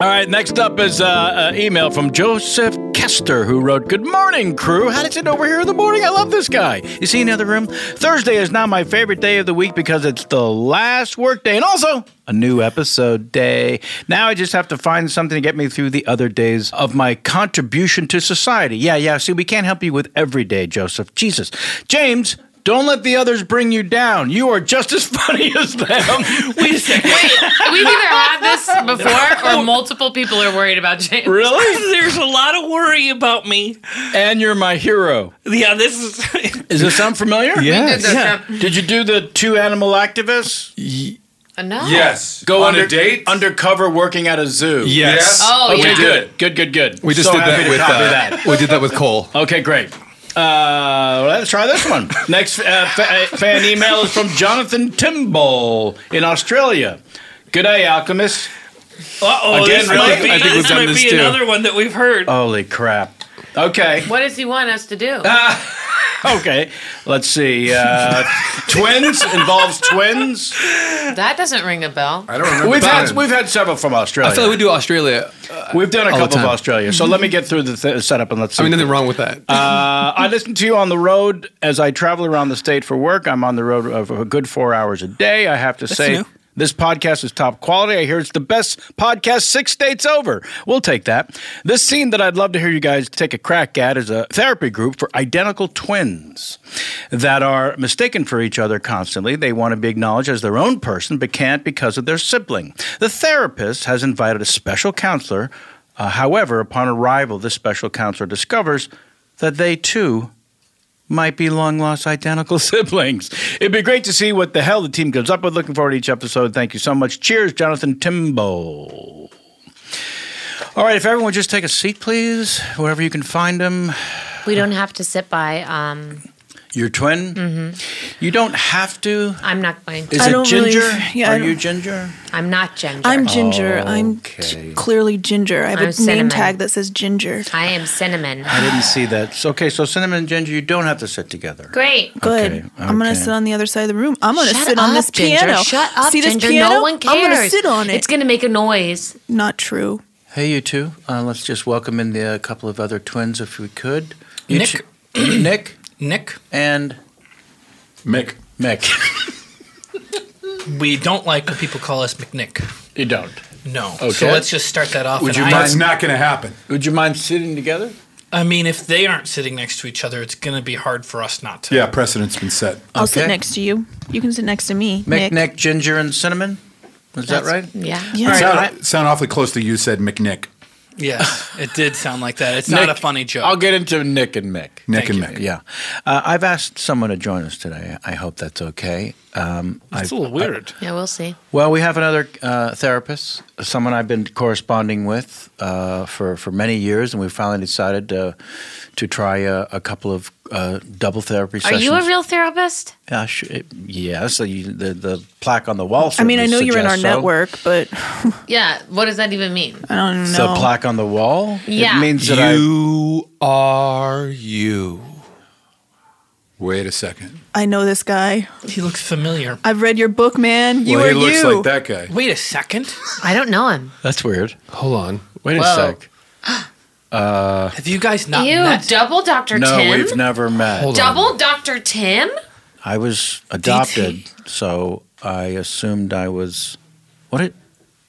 Speaker 3: All right, next up is uh, an email from Joseph Kester, who wrote, Good morning, crew. How did you know we're here in the morning? I love this guy. You see another room? Thursday is now my favorite day of the week because it's the last work day and also a new episode day. Now I just have to find something to get me through the other days of my contribution to society. Yeah, yeah. See, we can't help you with every day, Joseph. Jesus. James, don't let the others bring you down. You are just as funny as them. Wait a second.
Speaker 5: We've either had this before or multiple people are worried about James.
Speaker 3: Really?
Speaker 7: There's a lot of worry about me.
Speaker 3: And you're my hero.
Speaker 7: Yeah, this is.
Speaker 3: Does this sound familiar?
Speaker 5: We did this,
Speaker 3: Yeah. Did you do the two animal activists?
Speaker 5: Enough.
Speaker 3: Go
Speaker 5: On
Speaker 3: under,
Speaker 5: a date?
Speaker 3: Undercover working at a zoo.
Speaker 4: Yes. Yes. Oh,
Speaker 3: okay,
Speaker 4: yeah.
Speaker 3: good. Good, good, good.
Speaker 4: We just
Speaker 3: So
Speaker 4: did that
Speaker 3: happy to
Speaker 4: with,
Speaker 3: copy
Speaker 4: uh,
Speaker 3: that.
Speaker 4: we did that with Cole.
Speaker 3: Okay, great. Uh, let's try this one. Next uh, fa- uh, fan email is from Jonathan Timble in Australia. Good day, alchemist.
Speaker 7: Uh-oh,
Speaker 3: Again,
Speaker 7: this
Speaker 3: really?
Speaker 7: might be,
Speaker 3: I think we've
Speaker 7: this
Speaker 3: done
Speaker 7: might
Speaker 3: this
Speaker 7: be
Speaker 3: too.
Speaker 7: another one that we've heard.
Speaker 3: Holy crap. Okay.
Speaker 5: What does he want us to do?
Speaker 3: Okay. Let's see. Uh, twins involves twins.
Speaker 5: that doesn't ring a bell.
Speaker 3: I don't We've had we've had several from Australia.
Speaker 4: I feel like we do Australia.
Speaker 3: We've done a
Speaker 4: all the
Speaker 3: couple of
Speaker 4: time.
Speaker 3: Australia. So let me get through the th- setup and let's see.
Speaker 4: I mean, nothing wrong with that.
Speaker 3: Uh, I listen to you on the road as I travel around the state for work. I'm on the road of a good four hours a day. I have to
Speaker 7: That's
Speaker 3: say,
Speaker 7: new.
Speaker 3: this podcast is top quality. I hear it's the best podcast six states over. We'll take that. This scene that I'd love to hear you guys take a crack at is a therapy group for identical twins that are mistaken for each other constantly. They want to be acknowledged as their own person, but can't because of their sibling. The therapist has invited a special counselor. Uh, however, upon arrival, this special counselor discovers that they too might be long lost identical siblings. It'd be great to see what the hell the team comes up with. Looking forward to each episode. Thank you so much. Cheers, Jonathan Timbo. All right, if everyone would just take a seat, please, wherever you can find them.
Speaker 5: We don't have to sit by. Um,
Speaker 3: Your twin. You don't have to.
Speaker 5: Mm-hmm. I'm not going to.
Speaker 3: Is it ginger? Are you
Speaker 5: ginger?
Speaker 3: ginger? Oh.
Speaker 5: I'm not ginger.
Speaker 6: I'm ginger. I'm t- clearly ginger. I have
Speaker 5: I'm
Speaker 6: a
Speaker 5: cinnamon.
Speaker 6: name tag that says ginger.
Speaker 5: I am cinnamon.
Speaker 3: I didn't see that. So, okay, so cinnamon and ginger, you don't have to sit together.
Speaker 5: Great.
Speaker 6: Good.
Speaker 3: Okay,
Speaker 6: I'm gonna
Speaker 3: okay.
Speaker 6: sit on the other side of the room. I'm gonna
Speaker 5: Shut
Speaker 6: sit on this
Speaker 5: up, Ginger.
Speaker 6: piano.
Speaker 5: Shut up,
Speaker 6: See this
Speaker 5: Ginger.
Speaker 6: piano?
Speaker 5: No one cares.
Speaker 6: I'm gonna sit on it.
Speaker 5: It's gonna make a noise.
Speaker 6: Not true.
Speaker 3: Hey, you two. Uh, let's just welcome in the uh, couple of other twins, if we could. You
Speaker 7: Nick.
Speaker 3: two- Nick.
Speaker 7: Nick.
Speaker 3: And. Mick. Mick.
Speaker 7: We don't like when people call us McNick.
Speaker 3: You don't.
Speaker 7: No.
Speaker 3: Okay.
Speaker 7: So let's just start that off. and I-
Speaker 12: That's not going to happen.
Speaker 3: Would you mind sitting together?
Speaker 7: I mean, if they aren't sitting next to each other, it's going to be hard for us not to.
Speaker 12: Yeah, precedent's been set.
Speaker 6: I'll sit next to you. You can sit next to me.
Speaker 3: Mick, Nick, Ginger, and Cinnamon? Is that right?
Speaker 6: Yeah.
Speaker 12: It sound- sound awfully close to you said McNick.
Speaker 7: Yes, it did sound like that. It's not
Speaker 3: Nick-
Speaker 7: a funny joke.
Speaker 3: I'll get into Nick and Mick.
Speaker 12: Nick and Mick.
Speaker 3: Yeah. Uh, I've asked someone to join us today. I hope that's okay. Um,
Speaker 5: It's
Speaker 3: I-
Speaker 5: a little
Speaker 3: I-
Speaker 5: weird. Yeah, we'll see.
Speaker 3: well, we have another uh, therapist, someone I've been corresponding with uh, for, for many years, and we finally decided uh, to try a, a couple of uh, double therapy
Speaker 5: Are
Speaker 3: sessions.
Speaker 5: you a real therapist?
Speaker 3: Uh, sh- it- yes, uh, you- the, the plaque on the wall.
Speaker 6: I mean, I
Speaker 3: certainly
Speaker 6: know you're in our
Speaker 3: suggests so.
Speaker 6: network, but
Speaker 5: Yeah. What does that even mean?
Speaker 6: I don't
Speaker 3: The plaque on the wall?
Speaker 5: Yeah.
Speaker 3: It means that I-
Speaker 12: you are you. Wait a second.
Speaker 6: I know this guy.
Speaker 7: He looks familiar.
Speaker 6: I've read your book, man. You
Speaker 12: well,
Speaker 6: are
Speaker 12: he looks
Speaker 6: you.
Speaker 12: like that guy.
Speaker 7: Wait a second.
Speaker 5: I don't know him.
Speaker 3: That's weird.
Speaker 4: Hold on.
Speaker 3: Wait
Speaker 5: Whoa.
Speaker 3: a sec. Uh,
Speaker 7: Have you guys
Speaker 5: you double Dr.
Speaker 3: No,
Speaker 5: Tim?
Speaker 3: we've never met.
Speaker 5: double Dr. Tim?
Speaker 3: I was adopted, so I assumed I was. What? It,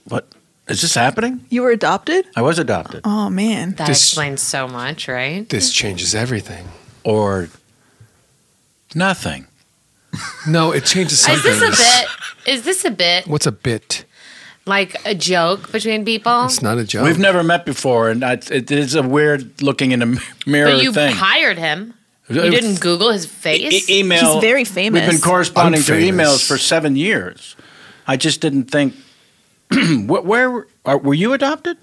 Speaker 3: what is this happening?
Speaker 6: You were adopted?
Speaker 3: I was adopted,
Speaker 6: Oh man.
Speaker 5: That explains so much, right?
Speaker 4: This changes everything.
Speaker 3: or nothing.
Speaker 4: No, it changes something.
Speaker 5: Is this a bit? Is this a bit
Speaker 4: What's a bit?
Speaker 5: like a joke between people?
Speaker 4: It's not a joke.
Speaker 3: We've never met before, and I, it is a weird looking in a m- mirror
Speaker 5: But you
Speaker 3: thing.
Speaker 5: hired him. You
Speaker 3: It was-
Speaker 5: didn't Google his
Speaker 3: E-
Speaker 5: face.
Speaker 3: email. We've been corresponding through emails for seven years. I just didn't think. where where are, were you adopted?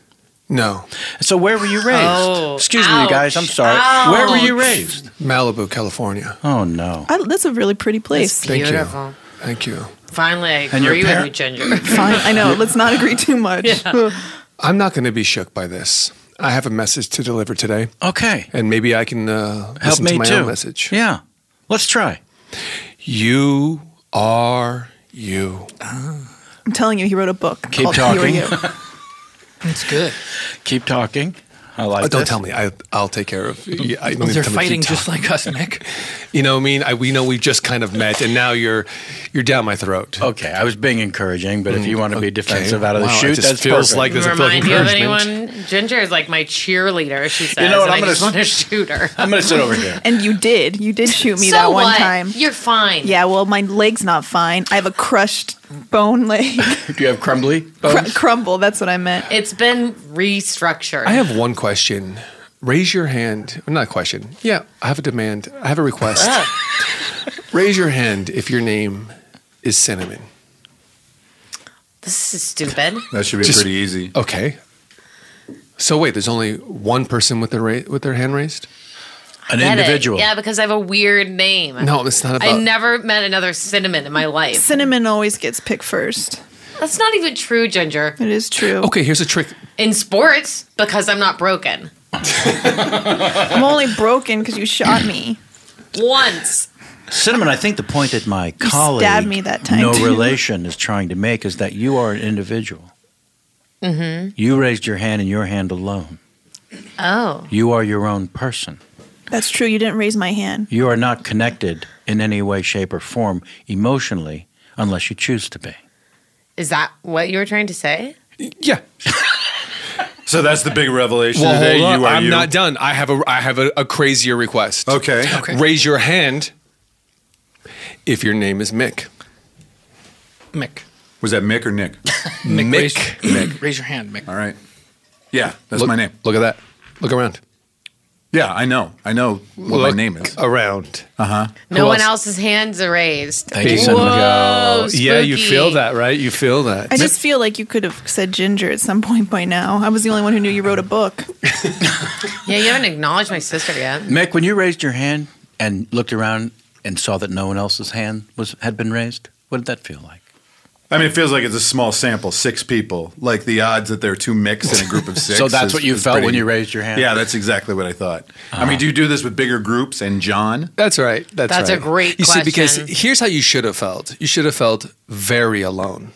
Speaker 4: No.
Speaker 3: So where were you raised?
Speaker 4: Oh,
Speaker 3: Excuse me, you
Speaker 4: ouch.
Speaker 3: guys. I'm sorry. Where were you
Speaker 4: Ouch.
Speaker 3: raised?
Speaker 4: Malibu, California.
Speaker 3: Oh no.
Speaker 6: I, that's a really pretty place.
Speaker 4: Thank
Speaker 5: beautiful.
Speaker 4: you. Thank you.
Speaker 5: Finally, I
Speaker 4: And your
Speaker 5: agree with
Speaker 4: parent-
Speaker 5: you, Ginger.
Speaker 6: Fine. I know. Let's not agree too much.
Speaker 4: I'm not going to be shook by this. I have a message to deliver today.
Speaker 3: Okay.
Speaker 4: And maybe I can uh,
Speaker 3: Help
Speaker 4: listen
Speaker 3: me
Speaker 4: to my
Speaker 3: too.
Speaker 4: own message.
Speaker 3: Yeah. Let's try.
Speaker 4: You are you.
Speaker 6: I'm telling you, he wrote a book.
Speaker 4: Keep
Speaker 6: called You Are
Speaker 4: talking.
Speaker 6: You.
Speaker 7: It's good.
Speaker 3: Keep talking. I like.
Speaker 4: Uh, don't
Speaker 3: this.
Speaker 4: tell me. I, I'll take care of. Yeah, I don't need to
Speaker 7: They're
Speaker 4: tell me to keep
Speaker 7: fighting just
Speaker 4: talking.
Speaker 7: like us, Nick.
Speaker 4: You know, what I mean, I, we know we've just kind of met, and now you're you're down my throat. Mm,
Speaker 3: Okay, I was being encouraging, but if you want to be defensive out of the
Speaker 4: Wow, it
Speaker 3: chute,
Speaker 4: just
Speaker 3: that's
Speaker 4: feels
Speaker 3: perfect.
Speaker 4: like there's a
Speaker 5: Remind you of
Speaker 4: encouragement.
Speaker 5: anyone? Ginger is like my cheerleader. She says,
Speaker 3: know what,
Speaker 5: and
Speaker 3: I'm
Speaker 5: I
Speaker 3: gonna
Speaker 5: just
Speaker 3: s-
Speaker 5: want to shoot her.
Speaker 3: I'm gonna sit over here.
Speaker 6: And you did. You did shoot me
Speaker 5: So
Speaker 6: that one
Speaker 5: what?
Speaker 6: time.
Speaker 5: You're fine.
Speaker 6: Yeah, well, my leg's not fine. I have a crushed bone leg.
Speaker 3: Do you have crumbly
Speaker 6: Cr-
Speaker 3: bones?
Speaker 6: crumble. That's what I meant.
Speaker 5: It's been restructured.
Speaker 4: I have one question. Raise your hand. Not a question. Yeah, I have a demand. I have a request.
Speaker 5: Ah.
Speaker 4: Raise your hand if your name is Cinnamon.
Speaker 5: this is stupid.
Speaker 12: That should be
Speaker 4: Just-
Speaker 12: pretty easy.
Speaker 4: Okay. So wait, there's only one person with their ra- with their hand raised.
Speaker 3: An
Speaker 5: Get it? Yeah, because I have a weird name.
Speaker 4: No, it's not
Speaker 5: I
Speaker 4: about.
Speaker 5: never met another cinnamon in my life.
Speaker 6: Cinnamon always gets picked first.
Speaker 5: That's not even true, Ginger.
Speaker 6: It is true.
Speaker 4: okay, here's a trick.
Speaker 5: In sports, because I'm not broken.
Speaker 6: I'm only broken because you shot me.
Speaker 5: Once.
Speaker 3: Cinnamon, I think the point that my
Speaker 6: You
Speaker 3: colleague,
Speaker 6: stabbed me that time,
Speaker 3: no
Speaker 6: too.
Speaker 3: relation, is trying to make is that you are an individual.
Speaker 5: Mm-hmm.
Speaker 3: You raised your hand and your hand alone.
Speaker 5: Oh.
Speaker 3: You are your own person.
Speaker 6: That's true. You didn't raise my hand.
Speaker 3: You are not connected in any way, shape, or form emotionally unless you choose to be.
Speaker 5: Is that what you were trying to say?
Speaker 4: Yeah.
Speaker 8: So that's the big revelation
Speaker 4: Well,
Speaker 8: today.
Speaker 4: hold on.
Speaker 8: You are
Speaker 4: I'm
Speaker 8: you.
Speaker 4: not done. I have a I have a, a crazier request.
Speaker 8: Okay.
Speaker 4: Raise your hand if your name is Mick.
Speaker 7: Mick.
Speaker 12: Was that Mick or Nick?
Speaker 4: Mick.
Speaker 7: Mick. Raise your hand, Mick.
Speaker 12: All right. Yeah, that's
Speaker 4: Look-
Speaker 12: my name.
Speaker 4: Look at that. Look around.
Speaker 12: Yeah, I know. I know what
Speaker 4: Look
Speaker 12: my name is.
Speaker 4: Around.
Speaker 12: Uh huh.
Speaker 5: No
Speaker 4: Who
Speaker 5: one
Speaker 4: else?
Speaker 5: else's hands are raised.
Speaker 3: Thank you,
Speaker 5: Whoa,
Speaker 3: Cinnamon.
Speaker 4: Yeah, you
Speaker 5: spooky.
Speaker 4: feel that, right? You feel that.
Speaker 6: I just feel like you could have said ginger at some point by now. I was the only one who knew you wrote a book.
Speaker 5: Yeah, you haven't acknowledged my sister yet.
Speaker 3: Mick, when you raised your hand and looked around and saw that no one else's hand was had been raised, what did that feel like?
Speaker 12: I mean, it feels like it's a small sample, six people. Like the odds that there are two micks in a group of six.
Speaker 3: So that's
Speaker 12: is-
Speaker 3: what you
Speaker 12: is
Speaker 3: felt
Speaker 12: pretty-
Speaker 3: when you raised your hand?
Speaker 12: Yeah, that's exactly what I thought. I mean, do you do this with bigger groups and John?
Speaker 4: Uh-huh. That's right. That's,
Speaker 5: That's a
Speaker 4: right.
Speaker 5: great
Speaker 4: You see, because
Speaker 5: question.
Speaker 4: here's how you should have felt. You should have felt very alone,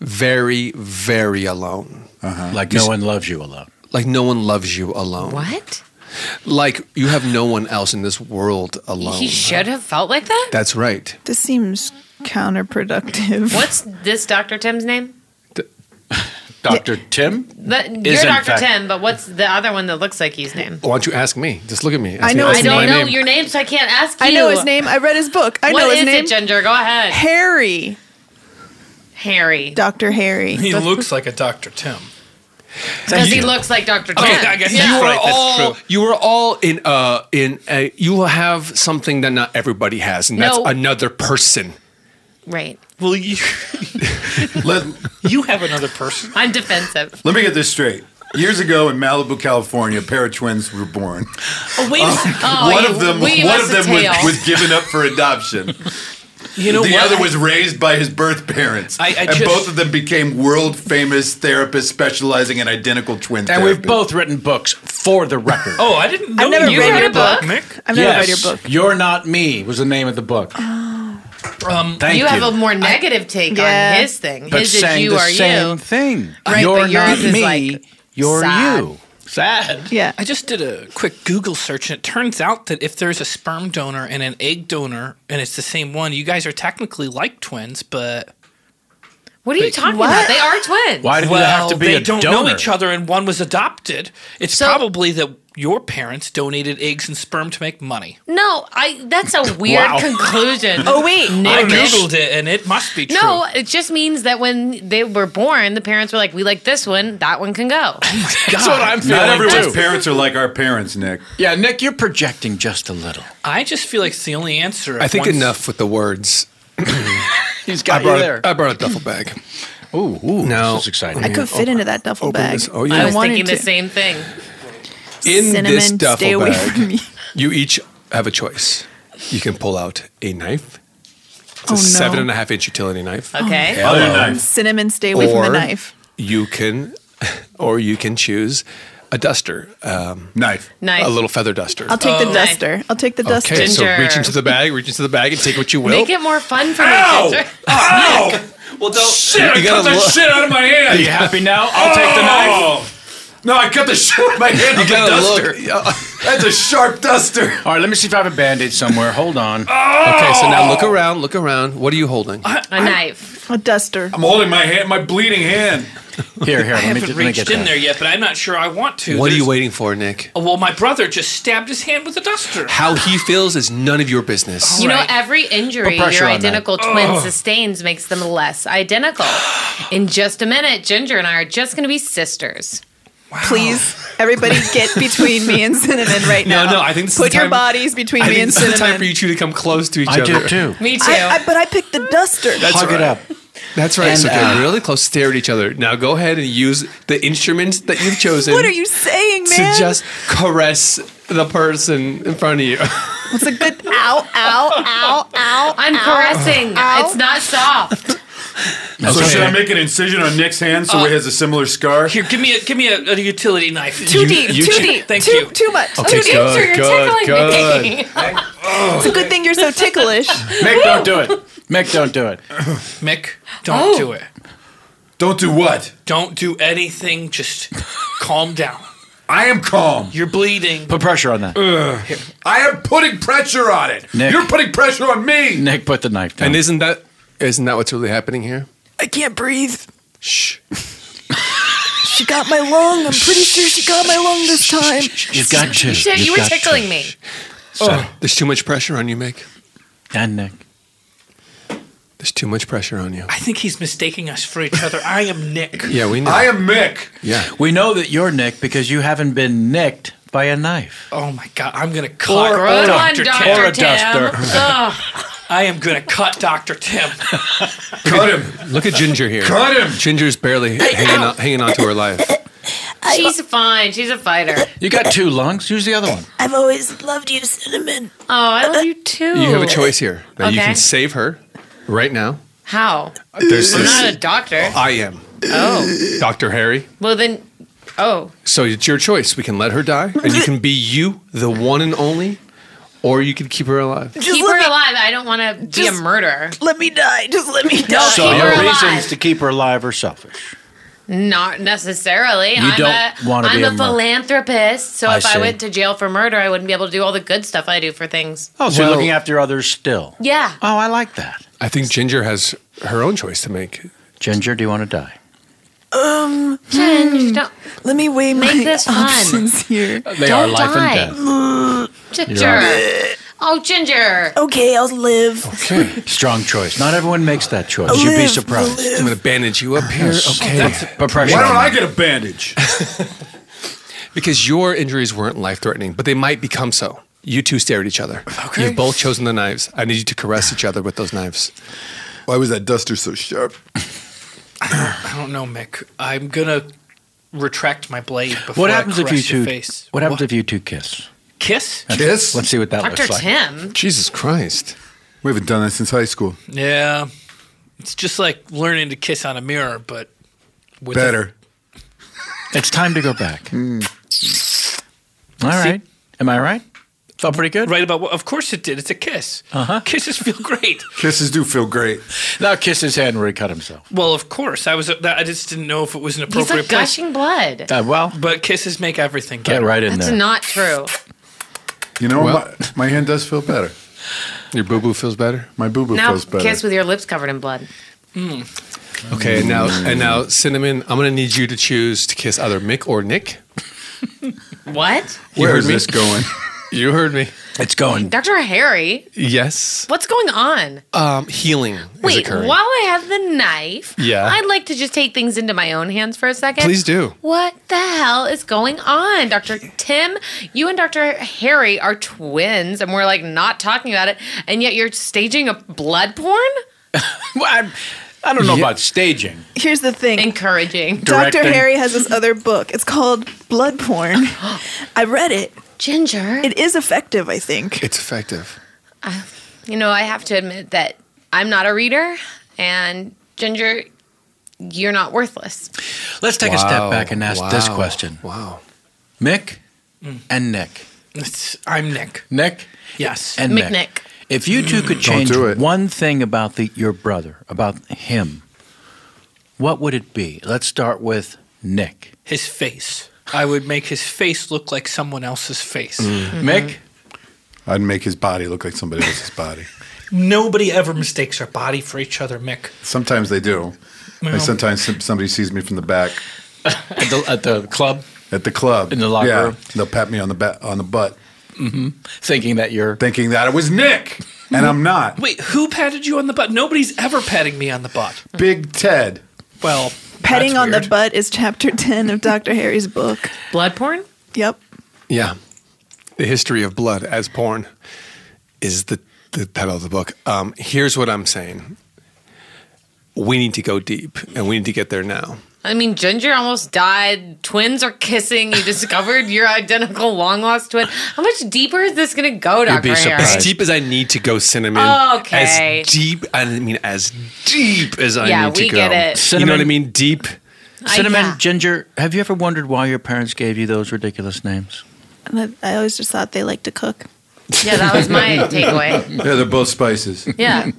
Speaker 4: very, very alone.
Speaker 8: Uh-huh.
Speaker 3: Like no one loves you alone.
Speaker 4: Like no one loves you alone.
Speaker 5: What?
Speaker 4: Like you have no one else in this world alone.
Speaker 5: He should have felt like that?
Speaker 4: That's right.
Speaker 6: This seems counterproductive.
Speaker 5: What's this Dr. Tim's name?
Speaker 10: Dr. Tim?
Speaker 5: That- you're
Speaker 4: Is in
Speaker 5: Dr.
Speaker 4: fact-
Speaker 5: Tim, but what's the other one that looks like his name?
Speaker 4: Why don't you ask me? Just look at me. Ask
Speaker 5: I
Speaker 4: me-
Speaker 5: know
Speaker 4: ask
Speaker 5: I
Speaker 4: me my
Speaker 5: don't know
Speaker 4: name.
Speaker 5: your name, so I can't ask you.
Speaker 6: I know his name. I read his book. I know
Speaker 5: What
Speaker 6: his
Speaker 5: is
Speaker 6: name.
Speaker 5: it, Ginger? Go ahead.
Speaker 6: Harry.
Speaker 5: Harry.
Speaker 6: Dr. Harry.
Speaker 7: He looks like a Dr. Tim.
Speaker 5: Because he looks like Dr. Tim.
Speaker 7: Okay, I guess that's
Speaker 4: you
Speaker 7: right.
Speaker 4: Are
Speaker 7: That's
Speaker 4: all,
Speaker 7: true.
Speaker 4: You are all in uh in a, you will have something that not everybody has, and that's
Speaker 5: No.
Speaker 4: another person.
Speaker 5: Right.
Speaker 7: Well, you
Speaker 12: Let,
Speaker 7: you have another person.
Speaker 5: I'm defensive.
Speaker 12: let me get this straight. Years ago in Malibu, California, a pair of twins were born.
Speaker 5: Oh, wait.
Speaker 12: one of them, one of them was, was given up for adoption.
Speaker 7: You know
Speaker 12: the
Speaker 7: what?
Speaker 12: other was raised by his birth parents,
Speaker 7: I- I
Speaker 12: and
Speaker 7: just-
Speaker 12: both of them became world famous therapists specializing in identical twin.
Speaker 10: And we've
Speaker 12: therapy.
Speaker 10: both written books for the record.
Speaker 7: oh, I didn't
Speaker 6: I've never read your book. I've never read your
Speaker 10: Yes.
Speaker 6: book. Uh-huh.
Speaker 10: You're Not Me was the name of the book.
Speaker 7: Um,
Speaker 10: Thank you.
Speaker 5: you have a more negative take
Speaker 6: Yeah.
Speaker 5: on his thing.
Speaker 10: but
Speaker 5: his is
Speaker 10: saying
Speaker 5: you
Speaker 10: the
Speaker 5: are
Speaker 10: same
Speaker 5: you.
Speaker 10: thing.
Speaker 6: Oh,
Speaker 5: Right,
Speaker 10: you're
Speaker 5: but yours
Speaker 10: not
Speaker 5: is,
Speaker 10: me.
Speaker 5: like,
Speaker 10: you're
Speaker 5: sad.
Speaker 10: you. Sad.
Speaker 6: Yeah.
Speaker 7: I just did a quick Google search, and it turns out that if there's a sperm donor and an egg donor, and it's the same one, you guys are technically like twins, but
Speaker 5: What are you
Speaker 7: But-
Speaker 5: talking
Speaker 7: What?
Speaker 5: about? They are twins.
Speaker 10: Why do they have to be
Speaker 7: they
Speaker 10: a
Speaker 7: don't know
Speaker 10: donor?
Speaker 7: each other, and one was adopted. It's probably that your parents donated eggs and sperm to make money.
Speaker 5: No, I. That's a weird
Speaker 7: Wow. Oh,
Speaker 5: conclusion. Oh,
Speaker 7: I
Speaker 5: Nick.
Speaker 7: googled it, and it must be true.
Speaker 5: No, it just means that when they were born, the parents were like, "We like this one, that one can go."
Speaker 10: That's what I'm feeling.
Speaker 12: Not everyone's
Speaker 10: too.
Speaker 12: parents are like our parents, Nick.
Speaker 10: Yeah, Nick, you're projecting just a little.
Speaker 7: I just feel like it's the only answer.
Speaker 4: I think
Speaker 7: Once-
Speaker 4: enough with the words.
Speaker 10: He's
Speaker 4: I
Speaker 10: got you
Speaker 4: brought
Speaker 10: there.
Speaker 4: A, I brought a duffel bag.
Speaker 10: Ooh, ooh,
Speaker 4: No.
Speaker 10: this is exciting.
Speaker 6: I could fit into that duffel
Speaker 4: open
Speaker 6: bag.
Speaker 4: this- oh, yeah.
Speaker 5: I
Speaker 4: I
Speaker 5: was
Speaker 6: wanted
Speaker 5: thinking the
Speaker 6: to.
Speaker 5: same thing.
Speaker 4: In this
Speaker 6: Cinnamon,
Speaker 4: duffel
Speaker 6: stay away
Speaker 4: bag,
Speaker 6: from me.
Speaker 4: you each have a choice. You can pull out a knife. It's
Speaker 6: Oh,
Speaker 4: a
Speaker 6: no. Oh,
Speaker 4: seven and a half inch utility knife.
Speaker 5: Oh, Okay.
Speaker 12: Other
Speaker 4: Hello.
Speaker 12: knife.
Speaker 6: Cinnamon, stay away from the
Speaker 4: Or-
Speaker 6: knife.
Speaker 4: You can, or you can choose a duster, um,
Speaker 12: Knife.
Speaker 5: Nice.
Speaker 4: a little feather duster.
Speaker 6: I'll take the
Speaker 5: Oh.
Speaker 6: duster. I'll take the duster.
Speaker 4: Okay, so
Speaker 5: Ginger.
Speaker 4: reach into the bag, reach into the bag, and take what you will.
Speaker 5: Make it more fun for
Speaker 8: Ow!
Speaker 5: me, Ginger.
Speaker 8: Ow!
Speaker 4: well, don't
Speaker 8: Shit, I cut that shit out of my hand.
Speaker 10: Are you happy now? I'll take the knife.
Speaker 8: Oh. No, I cut the shit out of my hand. with
Speaker 4: You
Speaker 8: the
Speaker 4: gotta
Speaker 8: duster.
Speaker 4: look. Yeah.
Speaker 8: That's a sharp duster. Oh!
Speaker 10: All right, let me see if I have a bandage somewhere. Hold on.
Speaker 4: Okay, so now look around, look around. What are you holding?
Speaker 5: A knife.
Speaker 6: A duster.
Speaker 8: I'm holding my hand, my bleeding hand.
Speaker 10: Here, here.
Speaker 7: I
Speaker 10: Let me,
Speaker 7: haven't
Speaker 10: just, let me
Speaker 7: reached
Speaker 10: get
Speaker 7: in
Speaker 10: that.
Speaker 7: there yet, but I'm not sure I want to.
Speaker 4: what are you
Speaker 7: There's-
Speaker 4: waiting for, Nick?
Speaker 7: Oh, Well, my brother just stabbed his hand with a duster.
Speaker 4: How he feels is none of your business.
Speaker 5: You know,
Speaker 7: Right.
Speaker 5: every injury
Speaker 10: Put pressure
Speaker 5: your
Speaker 10: on that.
Speaker 5: identical twin sustains makes them less identical. In just a minute, Ginger and I are just going to be sisters.
Speaker 6: Please, everybody, get between me and cinnamon right
Speaker 4: No,
Speaker 6: now.
Speaker 4: no, I think this is
Speaker 6: put
Speaker 4: the
Speaker 6: your
Speaker 4: time-
Speaker 6: bodies between
Speaker 4: I
Speaker 6: me
Speaker 4: think
Speaker 6: and
Speaker 4: this is
Speaker 6: cinnamon.
Speaker 4: the time for you two to come close to each
Speaker 10: I
Speaker 4: other.
Speaker 10: do too.
Speaker 5: Me too.
Speaker 6: I, I, but I picked the duster.
Speaker 10: Hug it up.
Speaker 4: That's right. so
Speaker 10: And,
Speaker 4: get
Speaker 10: uh,
Speaker 4: really close, stare at each other. Now go ahead and use the instruments that you've chosen.
Speaker 6: what are you saying,
Speaker 4: to
Speaker 6: man?
Speaker 4: just caress the person in front of you?
Speaker 6: What's a good ow, ow, ow, ow?
Speaker 5: I'm caressing. It's not soft.
Speaker 8: So should I make an incision on Nick's hand so it has a similar scar?
Speaker 7: Uh, Here, give me a give me a, a utility knife.
Speaker 6: Too deep, too deep,
Speaker 7: Thank
Speaker 6: too,
Speaker 7: you.
Speaker 6: too much.
Speaker 4: Okay,
Speaker 6: too deep.
Speaker 4: good,
Speaker 5: Ginger, you're tickling
Speaker 4: good, good.
Speaker 5: me.
Speaker 6: It's a good thing you're so ticklish.
Speaker 10: Mick, don't do it. Mick, don't do it.
Speaker 7: Mick, don't
Speaker 5: Oh.
Speaker 7: do it.
Speaker 12: Don't do what?
Speaker 7: Don't do anything. Just calm down.
Speaker 12: I am calm.
Speaker 7: You're bleeding.
Speaker 10: Put pressure on that.
Speaker 12: I am putting pressure on it.
Speaker 10: Nick.
Speaker 12: You're putting pressure on me.
Speaker 10: Nick, put the knife down.
Speaker 4: and isn't that isn't that what's really happening here?
Speaker 6: I can't breathe.
Speaker 4: Shh.
Speaker 6: She got my lung. I'm pretty sure she got my lung this time.
Speaker 10: You've got to.
Speaker 5: Shit,
Speaker 10: You've
Speaker 5: you were
Speaker 10: got to.
Speaker 5: tickling me.
Speaker 6: Oh.
Speaker 4: There's too much pressure on you, Mick.
Speaker 10: And Nick.
Speaker 4: There's too much pressure on you.
Speaker 7: I think he's mistaking us for each other. I am Nick.
Speaker 4: Yeah, we know.
Speaker 8: I am Mick.
Speaker 4: yeah.
Speaker 10: We know that you're Nick because you haven't been nicked by a knife.
Speaker 7: Oh my god, I'm gonna cut
Speaker 10: Or-
Speaker 5: Good
Speaker 10: or-
Speaker 5: one,
Speaker 7: Dr.
Speaker 5: Dr.
Speaker 7: Tim.
Speaker 10: Or a
Speaker 5: Tim.
Speaker 10: duster.
Speaker 5: Ugh.
Speaker 7: I am gonna cut Dr. Tim.
Speaker 8: Cut him.
Speaker 4: Look at Ginger here.
Speaker 8: Cut him.
Speaker 4: Ginger's barely hanging on, hanging on to her life.
Speaker 5: She's fine. She's a fighter.
Speaker 10: You got two lungs. Use the other one.
Speaker 6: I've always loved you, cinnamon.
Speaker 5: Oh, I love you too.
Speaker 4: You have a choice here. Now you
Speaker 5: Okay.
Speaker 4: can save her right now.
Speaker 5: How?
Speaker 4: There's
Speaker 5: I'm
Speaker 4: this- Uh,
Speaker 5: not a doctor.
Speaker 4: I am
Speaker 5: Oh.
Speaker 4: Dr. Harry.
Speaker 5: Well, then. Oh.
Speaker 4: So it's your choice. We can let her die, and you can be you, the one and only, or you can keep her alive.
Speaker 6: Just
Speaker 5: keep
Speaker 6: let
Speaker 5: her
Speaker 6: me-
Speaker 5: alive. I don't want to be a
Speaker 6: Just-
Speaker 5: murderer.
Speaker 6: Let me die. Just let me die.
Speaker 5: No,
Speaker 10: So
Speaker 5: keep her
Speaker 10: your
Speaker 5: alive.
Speaker 10: reasons to keep her alive are selfish.
Speaker 5: Not necessarily. I'm
Speaker 10: don't
Speaker 5: a,
Speaker 10: wanna
Speaker 5: I'm
Speaker 10: be
Speaker 5: a,
Speaker 10: a mur-
Speaker 5: philanthropist, so
Speaker 10: I
Speaker 5: if I
Speaker 10: see.
Speaker 5: went to jail for murder, I wouldn't be able to do all the good stuff I do for things.
Speaker 10: Oh, so
Speaker 4: Well-
Speaker 10: you're looking after others still.
Speaker 5: Yeah.
Speaker 10: Oh, I like that.
Speaker 4: I think Ginger has her own choice to make.
Speaker 10: Ginger, do you want to die?
Speaker 6: Um,
Speaker 5: Challenge. Don't,
Speaker 6: Let me weigh
Speaker 5: Make
Speaker 6: my
Speaker 5: this fun.
Speaker 6: options here.
Speaker 3: Uh,
Speaker 5: They are Don't life and
Speaker 6: and
Speaker 5: Ginger. Oh, Ginger.
Speaker 6: Okay, I'll live.
Speaker 3: Okay. Strong choice. Not everyone makes that choice.
Speaker 6: I
Speaker 3: You'd be
Speaker 6: live,
Speaker 3: surprised.
Speaker 6: I live.
Speaker 3: I'm going to bandage you
Speaker 10: Oh,
Speaker 3: up
Speaker 4: here. Okay.
Speaker 3: Put pressure
Speaker 4: Why
Speaker 3: on
Speaker 4: don't I
Speaker 3: me.
Speaker 4: get
Speaker 8: a bandage?
Speaker 4: because your injuries weren't life threatening, but they might become so. You two stare at each other. Okay. You've both chosen the knives. I need you to caress each other with those knives.
Speaker 12: Why was that duster so sharp?
Speaker 7: I don't know, Mick. I'm gonna retract my blade before
Speaker 3: What happens
Speaker 7: I
Speaker 3: if
Speaker 7: caress
Speaker 3: you two?
Speaker 7: your face.
Speaker 3: What happens if you two kiss?
Speaker 7: Kiss?
Speaker 3: Kiss? Let's see what that looks like.
Speaker 12: Jesus Christ. We haven't done that since high school.
Speaker 7: Yeah, it's just like learning to kiss on a mirror, but with
Speaker 12: Better.
Speaker 3: It's time to go back. All right. Am I right? Felt pretty good.
Speaker 7: Right about what? Of course it did. It's a kiss. Uh-huh. Kisses feel great.
Speaker 12: Kisses do feel great.
Speaker 3: Now kiss his hand where he cut himself.
Speaker 7: Well, of course. I was. I just didn't know if it was an
Speaker 5: He's
Speaker 7: appropriate
Speaker 5: like gushing blood.
Speaker 3: Uh, well,
Speaker 7: but kisses make everything.
Speaker 3: Get
Speaker 7: better.
Speaker 3: right in
Speaker 5: That's not true.
Speaker 12: You know,
Speaker 5: Well-
Speaker 12: my, my hand does feel better.
Speaker 4: Your boo boo feels better?
Speaker 12: My boo boo
Speaker 5: Now
Speaker 12: feels better.
Speaker 5: kiss with your lips covered in blood.
Speaker 4: Okay, and now
Speaker 12: Mm.
Speaker 4: and now cinnamon, I'm gonna need you to choose to kiss either Mick or Nick.
Speaker 5: What?
Speaker 4: You
Speaker 12: Where
Speaker 4: heard
Speaker 12: is
Speaker 4: me?
Speaker 12: this going?
Speaker 4: you heard me.
Speaker 3: It's going.
Speaker 5: Dr. Harry,
Speaker 4: Yes.
Speaker 5: what's going on?
Speaker 4: Um, healing is
Speaker 5: Wait,
Speaker 4: occurring.
Speaker 5: while I have the knife,
Speaker 4: Yeah.
Speaker 5: I'd like to just take things into my own hands for a second.
Speaker 4: Please do.
Speaker 5: What the hell is going on, Dr. Tim? You and Dr. Harry are twins, and we're like not talking about it, and yet you're staging a blood porn?
Speaker 3: well, I'm, I do not know about staging.
Speaker 6: Here's the thing.
Speaker 5: Encouraging.
Speaker 6: Dr.
Speaker 3: Directing.
Speaker 6: Harry has this other book. It's called Blood Porn. I read it.
Speaker 5: Ginger.
Speaker 6: It is effective, I think.
Speaker 4: It's effective.
Speaker 5: You know, I have to admit that I'm not a reader, and Ginger, you're not worthless.
Speaker 3: Let's take a step
Speaker 7: Wow.
Speaker 3: back and ask this
Speaker 7: Wow.
Speaker 3: question.
Speaker 4: Wow.
Speaker 3: Mick
Speaker 4: Mm.
Speaker 3: and Nick.
Speaker 7: It's, I'm Nick.
Speaker 3: Nick?
Speaker 7: Yes.
Speaker 3: And Mick.
Speaker 7: Nick.
Speaker 3: If you two could
Speaker 7: Don't
Speaker 3: change
Speaker 7: do
Speaker 3: one thing about the, your brother, about him, what would it be? Let's start with Nick.
Speaker 7: His face. I would make his face look like someone else's face.
Speaker 3: Mm.
Speaker 8: Mm-hmm.
Speaker 3: Mick?
Speaker 12: I'd make his body look like somebody else's body.
Speaker 7: Nobody ever mistakes our body for each other, Mick.
Speaker 12: Sometimes they do.
Speaker 7: Well.
Speaker 12: Like sometimes some- somebody sees me from the back
Speaker 3: at, the, at the club.
Speaker 12: At the club.
Speaker 3: In the locker
Speaker 12: yeah,
Speaker 3: room.
Speaker 12: They'll pat me on the ba- on the butt,
Speaker 3: hmm thinking that you're
Speaker 12: thinking that it was Nick, and I'm not.
Speaker 7: Wait, who patted you on the butt? Nobody's ever patting me on the butt.
Speaker 12: Big Ted.
Speaker 7: Well,
Speaker 6: Petting
Speaker 7: that's
Speaker 6: on the
Speaker 7: weird.
Speaker 6: butt is chapter 10 of Dr. Harry's book.
Speaker 5: Blood porn?
Speaker 6: Yep.
Speaker 4: Yeah. The history of blood as porn is the, the title of the book. Um, here's what I'm saying. We need to go deep and we need to get there now.
Speaker 5: I mean, Ginger almost died. Twins are kissing. You discovered your identical long lost twin. How much deeper is this going to go, Dr. Harry?
Speaker 4: As deep as I need to go, Cinnamon.
Speaker 5: Okay.
Speaker 4: As deep, I mean, as deep as I
Speaker 5: Yeah,
Speaker 4: need to
Speaker 5: we
Speaker 4: go.
Speaker 5: get it. Ah,
Speaker 4: You know what I
Speaker 3: Cinnamon-
Speaker 4: mean? Deep.
Speaker 3: Cinnamon, Ginger, have you ever wondered why your parents gave you those ridiculous names?
Speaker 6: And I, I always just thought they liked to cook.
Speaker 5: Yeah, that was my takeaway.
Speaker 12: Yeah, they're both spices.
Speaker 5: Yeah.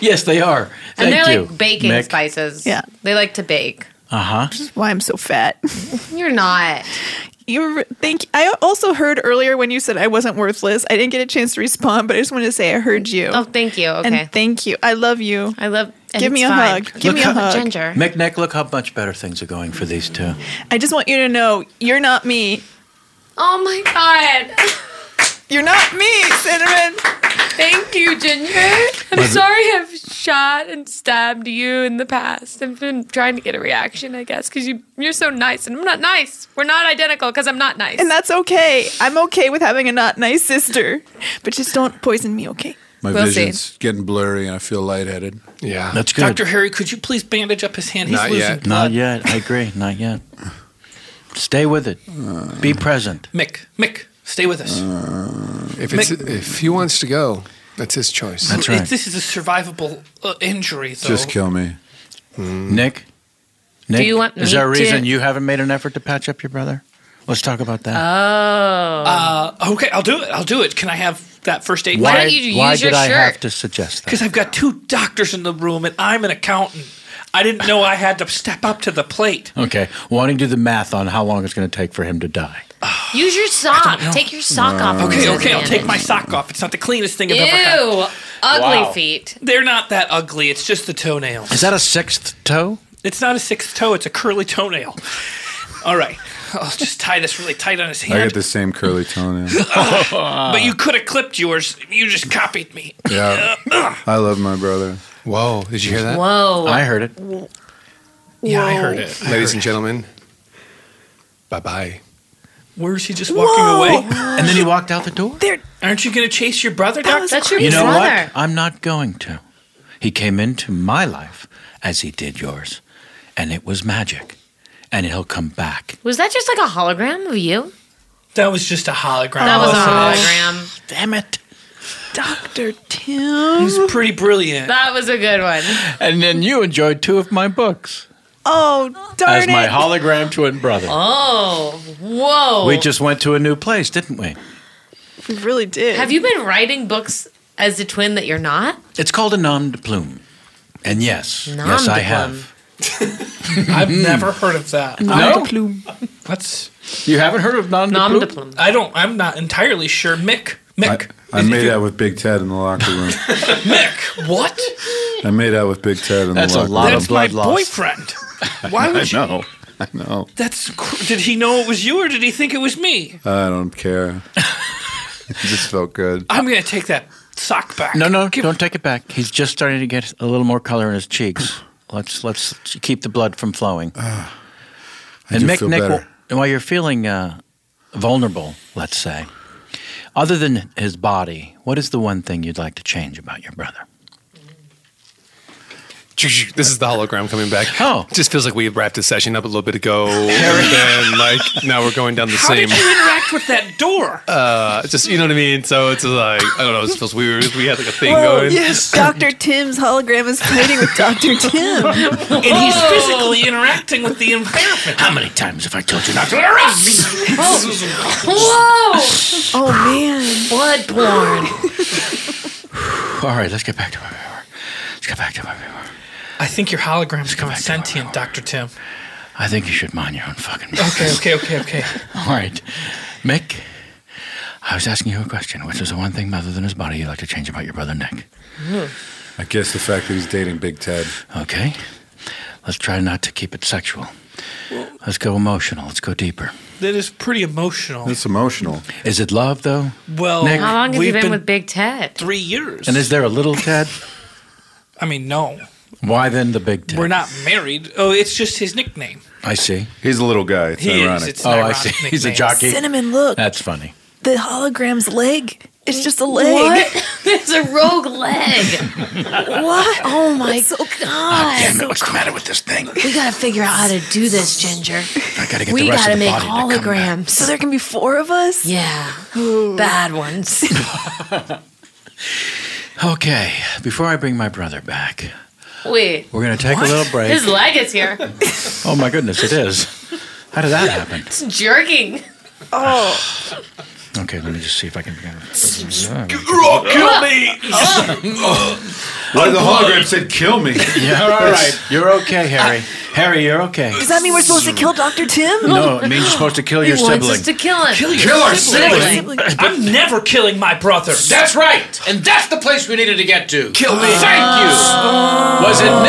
Speaker 3: Yes, they are.
Speaker 5: And
Speaker 3: Thank
Speaker 5: they're
Speaker 3: you.
Speaker 5: like baking
Speaker 3: Mick.
Speaker 5: spices. Yeah. They like to bake.
Speaker 3: Uh huh.
Speaker 6: This is why I'm so fat.
Speaker 5: You're not.
Speaker 6: You think I also heard earlier when you said I wasn't worthless. I didn't get a chance to respond, but I just wanted to say I heard you.
Speaker 5: Oh, thank you. Okay.
Speaker 6: And thank you. I love you.
Speaker 5: I love and
Speaker 6: Give me
Speaker 5: it's
Speaker 6: a
Speaker 5: fine.
Speaker 6: hug. Give me a hug.
Speaker 3: uh, Mick, Nick, look how much better things are going for these two.
Speaker 6: I just want you to know you're not me.
Speaker 5: Oh my god.
Speaker 6: You're not me, Cinnamon.
Speaker 5: Thank you, Ginger. I'm
Speaker 6: Was it-
Speaker 5: sorry I've shot and stabbed you in the past. I've been trying to get a reaction, I guess, because you, you're so nice. And I'm not nice. We're not identical because I'm not nice.
Speaker 6: And that's okay. I'm okay with having a not nice sister. But just don't poison me, okay?
Speaker 12: My
Speaker 6: We'll see.
Speaker 12: vision's getting blurry, and I feel lightheaded.
Speaker 4: Yeah,
Speaker 3: That's good.
Speaker 7: Dr. Harry, could you please bandage up his hand? He's losing
Speaker 3: Not
Speaker 7: blood.
Speaker 3: yet. I agree. Not yet. Stay with it. Be present.
Speaker 7: Mick, Mick, stay with us.
Speaker 4: If, it's,
Speaker 7: Mick-
Speaker 4: if he wants to go, that's his choice.
Speaker 3: That's right.
Speaker 7: This is a survivable uh, injury, though.
Speaker 12: Just kill me.
Speaker 3: Nick? Nick,
Speaker 7: you want
Speaker 3: is
Speaker 7: me
Speaker 3: there a
Speaker 7: to-
Speaker 3: reason you haven't made an effort to patch up your brother? Let's talk about
Speaker 7: Oh.
Speaker 3: that.
Speaker 7: Uh, okay, I'll do it. I'll do it. Can I have that first aid?
Speaker 3: why why did I have to suggest that?
Speaker 7: Because I've got two doctors in the room and I'm an accountant. I didn't know I had to step up to the plate.
Speaker 3: Okay, wanting to do the math on how long it's going to take for him to die.
Speaker 5: Use your sock. Take your sock off.
Speaker 7: Okay, okay, I'll take my sock off. It's not the cleanest thing I've ever had.
Speaker 5: Ew. Ugly
Speaker 7: Wow.
Speaker 5: feet.
Speaker 7: They're not that ugly. It's just the toenails.
Speaker 3: Is that a sixth toe?
Speaker 7: It's not a sixth toe, it's a curly toenail. All right. I'll just tie this really tight on his
Speaker 12: I
Speaker 7: hand.
Speaker 12: get the same curly toenail.
Speaker 7: but you could have clipped yours. You just copied me.
Speaker 12: yeah, I love my brother.
Speaker 4: Whoa! Did you hear that?
Speaker 5: Whoa.
Speaker 4: I heard it.
Speaker 7: Yeah, I heard it. I
Speaker 4: Ladies
Speaker 7: heard
Speaker 4: and gentlemen, bye bye.
Speaker 7: Where is he just walking
Speaker 3: Whoa.
Speaker 7: away?
Speaker 3: And then he walked out the door.
Speaker 7: There, aren't you going to chase your brother, Doctor? That's
Speaker 3: you know what? I'm not going to. He came into my life as he did yours, and it was magic. And he'll come back.
Speaker 5: Was that just like a hologram of you?
Speaker 7: That was just a hologram.
Speaker 5: That
Speaker 6: Oh.
Speaker 5: was a hologram.
Speaker 3: Damn it.
Speaker 7: Doctor Tim. He's pretty brilliant.
Speaker 5: That was a good one.
Speaker 3: And then you enjoyed two of my books
Speaker 6: Oh,
Speaker 3: as my hologram twin brother.
Speaker 5: Oh, whoa.
Speaker 3: We just went to a new place, didn't we?
Speaker 6: We really did.
Speaker 5: Have you been writing books as a twin that you're not?
Speaker 3: It's called a nom de plume. And yes, yes,
Speaker 5: Nom
Speaker 3: I
Speaker 5: de
Speaker 3: have.
Speaker 7: I've never heard of that.
Speaker 3: Mm-hmm. No?
Speaker 7: I don't- That's
Speaker 3: You haven't heard of non
Speaker 7: nom de plume. I don't. I'm not entirely sure. Mick. Mick.
Speaker 12: I made out with Big Ted in the locker room.
Speaker 7: Mick. What?
Speaker 12: I made out with Big Ted in
Speaker 3: That's a
Speaker 12: the locker
Speaker 3: lot
Speaker 12: room.
Speaker 3: of
Speaker 7: That's my boyfriend. Why would
Speaker 12: I
Speaker 7: you?
Speaker 12: know. I know.
Speaker 7: That's. cr- Did he know it was you, or did he think it was me?
Speaker 12: I don't care. it just felt good.
Speaker 7: I'm gonna take that sock back.
Speaker 3: No, no, don't take it back. He's just starting to get a little more color in his cheeks. Let's let's keep the blood from flowing.
Speaker 12: Uh,
Speaker 3: and
Speaker 12: do
Speaker 3: Mick,
Speaker 12: feel
Speaker 3: Nick,
Speaker 12: better.
Speaker 3: wh- while you're feeling uh, vulnerable, let's say, other than his body, what is the one thing you'd like to change about your brother?
Speaker 4: This is the hologram coming back.
Speaker 3: Oh,
Speaker 4: just feels like we wrapped this session up a little bit ago, and then like now we're going down the
Speaker 7: How
Speaker 4: same.
Speaker 7: did you interact with that door?
Speaker 4: uh, just you know what I mean. So it's like I don't know. It feels weird. We had like a thing
Speaker 6: Whoa,
Speaker 4: going.
Speaker 6: Dr. Tim's hologram is fighting with Dr. Tim.
Speaker 7: And he's physically interacting with the environment.
Speaker 3: How many times have I told you not to
Speaker 5: Oh. Whoa!
Speaker 6: Oh man,
Speaker 5: blood porn.
Speaker 3: All right, let's get back to where we were. Let's get back to where we were.
Speaker 7: I think your hologram's coming sentient, Doctor Tim.
Speaker 3: I think you should mind your own fucking business.
Speaker 7: Okay, okay, okay, okay.
Speaker 3: All right. Mick, I was asking you a question, which is the one thing other than his body you'd like to change about your brother Nick.
Speaker 12: I guess the fact that he's dating Big Ted.
Speaker 3: Okay? Let's try not to keep it sexual. Let's go emotional. Let's go deeper.
Speaker 7: That is pretty emotional.
Speaker 12: It's emotional.
Speaker 3: Is it love, though?
Speaker 7: Well,
Speaker 3: Nick,
Speaker 5: How long have you
Speaker 7: we've
Speaker 5: been, with Big Ted?
Speaker 7: three years?
Speaker 3: And is there a little Ted?
Speaker 7: I mean, no,
Speaker 3: Why then the big Ted?
Speaker 7: we're not married. Oh, it's just his nickname.
Speaker 3: I see.
Speaker 12: He's a little guy. It's
Speaker 7: He is,
Speaker 12: ironic.
Speaker 7: it's-
Speaker 3: oh, I
Speaker 7: ironic
Speaker 3: see. He's a
Speaker 7: nickname.
Speaker 3: jockey.
Speaker 6: Cinnamon, look.
Speaker 3: That's funny.
Speaker 6: The hologram's leg. It's just a leg.
Speaker 5: What? There's a rogue leg.
Speaker 6: What?
Speaker 5: Oh my god.
Speaker 3: Damn it, what's the matter with this thing?
Speaker 5: We gotta figure out how to do this, Ginger.
Speaker 3: I gotta get
Speaker 5: We
Speaker 3: the rest
Speaker 5: gotta
Speaker 3: of the
Speaker 5: make
Speaker 3: body to come back.
Speaker 6: So
Speaker 5: holograms.
Speaker 6: there can be four of us?
Speaker 5: Yeah. Bad ones.
Speaker 3: Okay, before I bring my brother back,
Speaker 5: Wait.
Speaker 3: we're gonna take a little break.
Speaker 5: His leg is here.
Speaker 3: Oh my goodness, it is. How did that happen?
Speaker 5: It's jerking.
Speaker 6: Oh,
Speaker 3: Okay, let me just see if I can.
Speaker 4: Kill me.
Speaker 12: Why the hologram said, kill me.
Speaker 3: Yeah, all right. You're okay, Harry. Harry, you're okay.
Speaker 6: does that mean we're supposed to kill Dr. Tim?
Speaker 3: No, it means you're supposed to kill your
Speaker 5: he wants
Speaker 3: sibling.
Speaker 5: us to kill him.
Speaker 7: Kill your
Speaker 12: Kill our
Speaker 7: sibling.
Speaker 12: sibling.
Speaker 7: I'm never killing my brother.
Speaker 3: That's right, and that's the place we needed to get to.
Speaker 4: Kill me.
Speaker 3: Thank you. Was it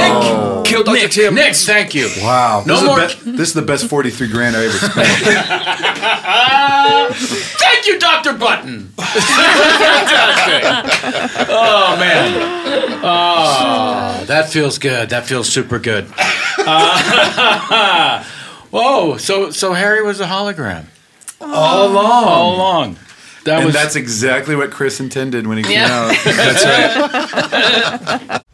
Speaker 3: Nick?
Speaker 4: Kill Dr. Tim.
Speaker 3: Nick, thank you.
Speaker 12: Oh. Wow.
Speaker 3: No
Speaker 12: this,
Speaker 3: more-
Speaker 12: Is the be- this is the best 43 grand I ever spent.
Speaker 3: Uh, Thank you, Doctor Button. Fantastic. Oh man. Oh, that feels good. That feels super good. Uh, whoa. So so Harry was a hologram all along. All along. That
Speaker 12: and
Speaker 3: was
Speaker 12: that's exactly what Chris intended when he came
Speaker 5: Yeah.
Speaker 12: out.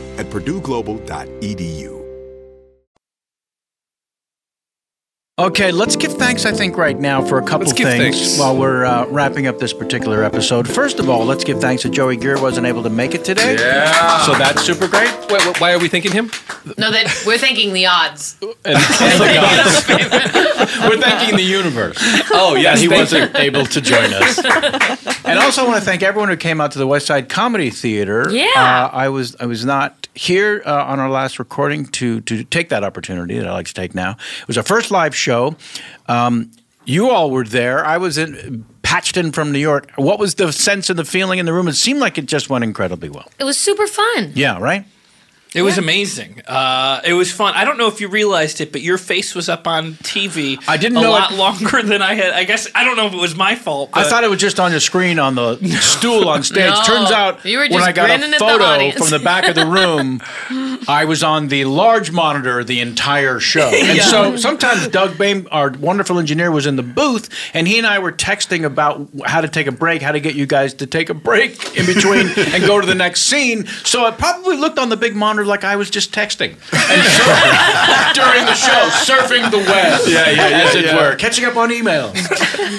Speaker 1: at purdueglobal.edu.
Speaker 3: Okay, let's give thanks, I think, right now for a couple
Speaker 4: Let's give
Speaker 3: things
Speaker 4: thanks.
Speaker 3: while we're uh, wrapping up this particular episode. First of all, let's give thanks that Joey Gear wasn't able to make it today.
Speaker 4: Yeah.
Speaker 3: So that's super great.
Speaker 4: why are we thanking him?
Speaker 5: No, that we're thanking the odds.
Speaker 3: We're thanking the universe.
Speaker 4: Oh, yes,
Speaker 3: He
Speaker 4: thank
Speaker 3: wasn't
Speaker 4: you.
Speaker 3: able to join us. And also, I want to thank everyone who came out to the West Side Comedy Theater.
Speaker 5: Yeah.
Speaker 3: Uh, I was I was not here uh, on our last recording to to take that opportunity that I like to take now. It was our first live show. Um, you all were there. I was in Patchton from New York. What was the sense and the feeling in the room? It seemed like it just went incredibly well.
Speaker 5: It was super fun.
Speaker 3: Yeah, right?
Speaker 7: It was amazing. Uh, it was fun. I don't know if you realized it, but your face was up on TV. I
Speaker 3: didn't
Speaker 7: a
Speaker 3: know
Speaker 7: lot
Speaker 3: it-
Speaker 7: longer than I had. I guess I don't know if it was my fault.
Speaker 3: I
Speaker 7: but-
Speaker 3: thought it was just on the screen on the stool on stage.
Speaker 7: No.
Speaker 3: Turns out
Speaker 7: You were
Speaker 3: when
Speaker 7: just
Speaker 3: I got
Speaker 7: grinning
Speaker 3: a
Speaker 7: at the
Speaker 3: photo
Speaker 7: audience.
Speaker 3: from the back of the room, I was on the large monitor the entire show. And
Speaker 7: Yeah.
Speaker 3: so sometimes Doug Bain, our wonderful engineer, was in the booth, and he and I were texting about how to take a break, how to get you guys to take a break in between and go to the next scene. So I probably looked on the big monitor like I was just texting And sur- during the show, surfing the web,
Speaker 4: Yeah, yeah, yeah,
Speaker 3: as it
Speaker 4: yeah.
Speaker 3: were, catching up on emails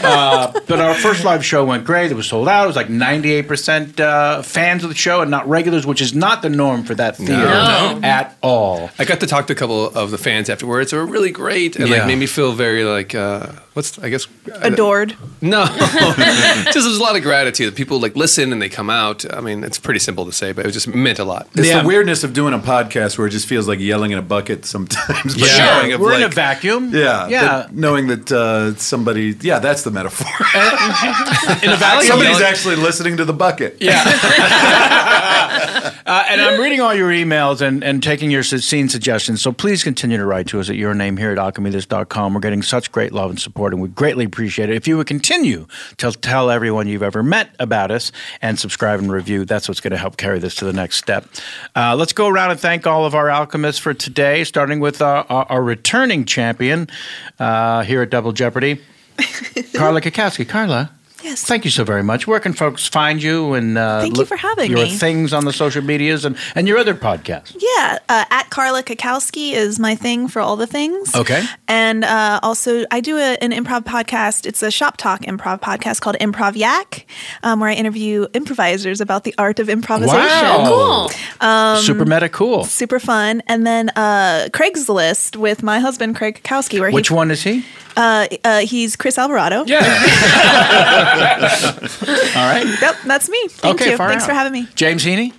Speaker 3: uh, but our first live show went great. It was sold out. It was like 98% uh, fans of the show and not regulars, which is not the norm for that theater
Speaker 4: No. No.
Speaker 3: at all.
Speaker 4: I got to talk to a couple of the fans afterwards. They were really great and
Speaker 3: Yeah.
Speaker 4: like made me feel very like uh, what's I guess
Speaker 6: Adored.
Speaker 4: No, just there's a lot of gratitude. People like listen and they come out. I mean, it's pretty simple to say, but it just meant a lot.
Speaker 12: It's the weirdness of doing
Speaker 8: doing a podcast where it just feels like yelling in a bucket sometimes.
Speaker 3: Yeah. Sure,
Speaker 8: knowing of,
Speaker 3: we're in
Speaker 8: like-
Speaker 3: a vacuum.
Speaker 8: Yeah,
Speaker 3: Yeah.
Speaker 8: that- knowing that uh, somebody, yeah, that's the metaphor.
Speaker 3: in a vacuum.
Speaker 8: Somebody's actually listening to the bucket.
Speaker 3: Uh, and I'm reading all your emails and, and taking your su- scene suggestions. So please continue to write to us at your name here at alchemythis.com. We're getting such great love and support, and we greatly appreciate it. If you would continue to tell everyone you've ever met about us and subscribe and review, that's what's going to help carry this to the next step. Uh, let's go around and thank all of our alchemists for today, starting with uh, our, our returning champion uh, here at Double Jeopardy, Carla Kakowski. Carla.
Speaker 6: Yes.
Speaker 3: Thank you so very much. Where can folks find you and uh,
Speaker 6: Thank you
Speaker 3: look-
Speaker 6: for having
Speaker 3: your
Speaker 6: me.
Speaker 3: things on the social medias and, and your other podcast?
Speaker 6: Yeah, uh, at Carla Kakowski is my thing for all the things.
Speaker 3: Okay.
Speaker 6: And uh, also, I do a, an improv podcast. It's a shop talk improv podcast called Improv Yak, um, where I interview improvisers about the art of improvisation.
Speaker 3: Wow. Cool.
Speaker 6: Um,
Speaker 3: Super meta cool.
Speaker 6: Super fun. And then uh, Craigslist with my husband, Craig Kakowski, where
Speaker 3: Which
Speaker 6: he,
Speaker 3: one is he?
Speaker 6: Uh, uh, he's Chris Alvarado. Yeah.
Speaker 3: All right.
Speaker 6: yep, that's me. Thank
Speaker 7: Okay,
Speaker 6: you.
Speaker 7: far
Speaker 6: Thanks
Speaker 7: out.
Speaker 6: for having me.
Speaker 3: James Heaney?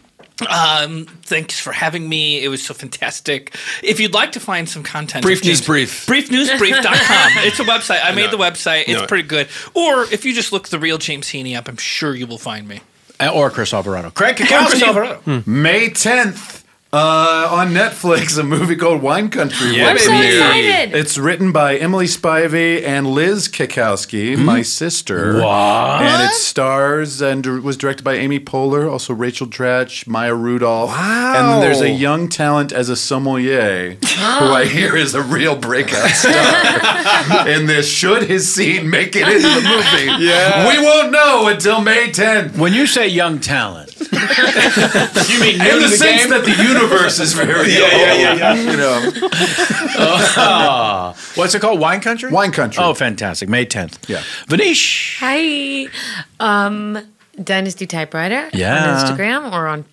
Speaker 7: Um, thanks for having me. It was so fantastic. If you'd like to find some content,
Speaker 4: Brief
Speaker 7: of
Speaker 4: news
Speaker 7: James-
Speaker 4: brief.
Speaker 7: briefnewsbrief.com. it's a website. I made the website. It's
Speaker 3: No.
Speaker 7: pretty good. Or if you just look the real James Heaney up, I'm sure you will find me.
Speaker 3: Uh, Or Chris Alvarado.
Speaker 12: Craig
Speaker 7: Chris Alvarado.
Speaker 8: Hmm.
Speaker 12: May 10th uh, on Netflix, a movie called Wine Country.
Speaker 8: Yeah,
Speaker 12: will
Speaker 8: I'm so
Speaker 12: premiere.
Speaker 8: excited. It's written by Emily Spivey and Liz Kakowski, my sister.
Speaker 12: What?
Speaker 8: And it stars and dir- was directed by Amy Poehler, also Rachel Dratch, Maya Rudolph. Wow. And then there's a young talent as a sommelier who I hear is a real breakout star in this. Should his scene make it into the movie?
Speaker 12: Yeah.
Speaker 8: We won't know until May 10th.
Speaker 3: When you say young talent,
Speaker 8: you
Speaker 3: mean new
Speaker 8: in the,
Speaker 3: to the
Speaker 8: sense
Speaker 3: game?
Speaker 8: that the universe is very
Speaker 3: Yeah,
Speaker 8: old.
Speaker 3: yeah, yeah, yeah.
Speaker 8: You know.
Speaker 3: Oh. what's it called? Wine Country? Wine Country. Oh, fantastic. May 10th. Yeah. Vanish.
Speaker 5: Hi. Um, Dynasty Typewriter
Speaker 3: Yeah.
Speaker 5: on Instagram or on,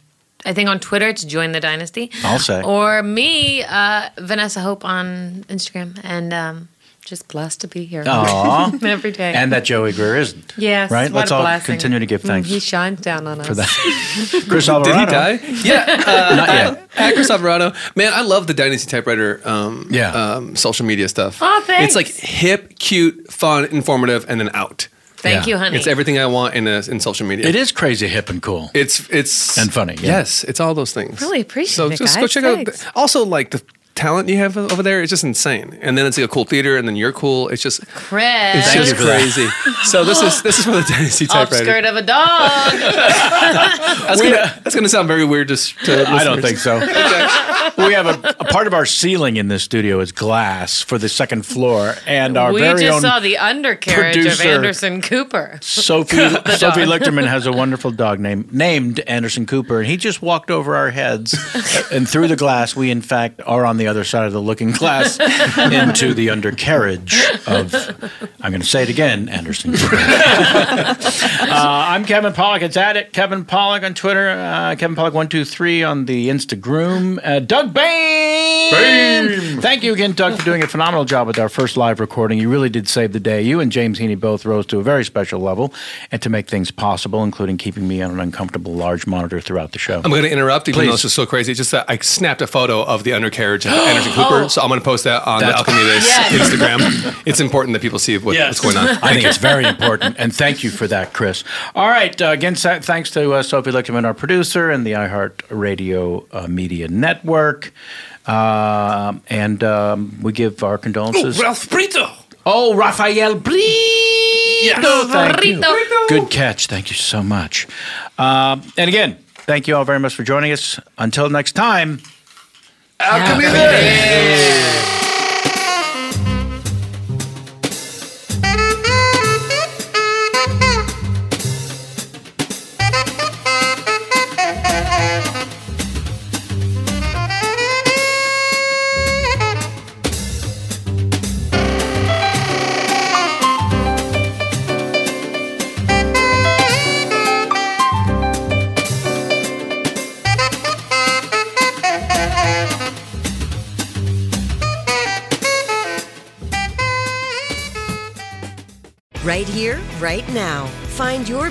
Speaker 5: I think on Twitter, it's Join the Dynasty.
Speaker 3: I'll say.
Speaker 5: Or me, uh, Vanessa Hope on Instagram. And um, just blessed to be here
Speaker 3: Aw.
Speaker 5: every day.
Speaker 3: And that Joey Greer isn't.
Speaker 5: Yes.
Speaker 3: Right?
Speaker 5: what
Speaker 3: Let's
Speaker 5: a
Speaker 3: all
Speaker 5: blessing.
Speaker 3: continue to give
Speaker 5: Mm,
Speaker 3: thanks
Speaker 5: He shines down on us.
Speaker 3: for that. Chris Alvarado.
Speaker 4: Did he die? Yeah.
Speaker 3: Not
Speaker 4: yet. At Chris Alvarado. Man, I love the Dynasty Typewriter um, yeah. um, social media stuff.
Speaker 5: Aw, thanks.
Speaker 4: It's like hip, cute, fun, informative, and then out.
Speaker 5: Thank Yeah. you, honey.
Speaker 4: It's everything I want in, a, in social media.
Speaker 3: It is crazy hip and cool.
Speaker 4: It's it's
Speaker 3: And funny, yeah.
Speaker 4: Yes, it's all those things.
Speaker 5: Really appreciate
Speaker 4: So
Speaker 5: it,
Speaker 4: just go
Speaker 5: guys.
Speaker 4: check
Speaker 5: Thanks.
Speaker 4: out. Also, like the talent you have over there is just insane. And then it's like a cool theater, and then you're cool. It's just
Speaker 5: Chris.
Speaker 4: it's just crazy. so this is this is for the Dynasty Typewriter.
Speaker 5: Upskirt of a dog.
Speaker 4: That's gonna, that's gonna sound very weird. Just to
Speaker 3: I don't
Speaker 4: listeners.
Speaker 3: think so. we have a, a part of our ceiling in this studio is glass for the second floor, and our
Speaker 5: we
Speaker 3: very
Speaker 5: just
Speaker 3: own
Speaker 5: saw the undercarriage of
Speaker 3: producer-
Speaker 5: Anderson Cooper.
Speaker 3: Sophie
Speaker 5: The
Speaker 3: Sophie
Speaker 5: dog.
Speaker 3: Lichterman has a wonderful dog named named Anderson Cooper, and he just walked over our heads and through the glass. We in fact are on the other side of the looking glass into the undercarriage of. I'm going to say it again, Anderson. Cooper. uh, I'm Kevin Pollock. It's at it Kevin Pollock on Twitter. Uh, Kevin Pollock one two three on the Instagram. Uh, Doug Bain.
Speaker 8: Bain!
Speaker 3: Thank you again, Doug, for doing a phenomenal job with our first live recording. You really did save the day. You and James Heaney both rose to a very special level, and to make things possible, including keeping me on an uncomfortable large monitor throughout the show.
Speaker 4: I'm going to interrupt, even though
Speaker 3: Please.
Speaker 4: it's just so crazy. It's just that I snapped a photo of the undercarriage of Anderson Cooper,
Speaker 3: Oh.
Speaker 4: so I'm going to post that on
Speaker 3: That's-
Speaker 4: the Alchemy Days
Speaker 3: Yes.
Speaker 4: Instagram. It's important that people see what,
Speaker 3: Yes.
Speaker 4: what's going on.
Speaker 3: I think it's very important, and thank you for that, Chris. All right, uh, again, sa- thanks to uh, Sophie Lichterman, our producer, and the iHeart Radio uh, Media Network. Um and um, we give our condolences.
Speaker 7: Oh, Ralph Brito.
Speaker 3: Oh, Rafael Brito. thank you.
Speaker 7: Brito.
Speaker 3: Good catch. Thank you so much. Um, and again, thank you all very much for joining us. Until next time.
Speaker 12: Alchemy
Speaker 14: Right here, right now. Find your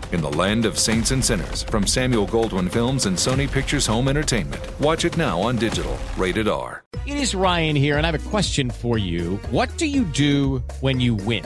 Speaker 15: In the land of saints and sinners, from Samuel Goldwyn Films and Sony Pictures Home Entertainment. Watch it now on digital. Rated R.
Speaker 16: It is Ryan here, and I have a question for you. What do you do when you win?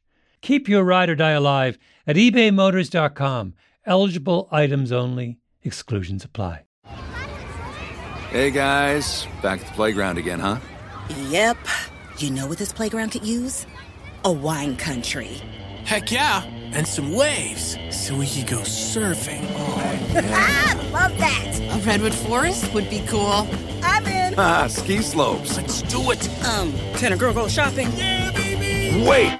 Speaker 17: Keep your ride or die alive at ebaymotors.com. Eligible items only, exclusions apply.
Speaker 15: Hey guys, back at the playground again, huh?
Speaker 18: Yep. You know what this playground could use? A wine country.
Speaker 19: Heck yeah, and some waves so we could go surfing.
Speaker 18: ah, love that.
Speaker 19: A redwood forest would be cool.
Speaker 18: I'm in.
Speaker 3: Uh.
Speaker 15: Ah, ski slopes.
Speaker 19: Let's do it.
Speaker 18: Um, can a girl go shopping? Yeah, baby.
Speaker 15: Wait!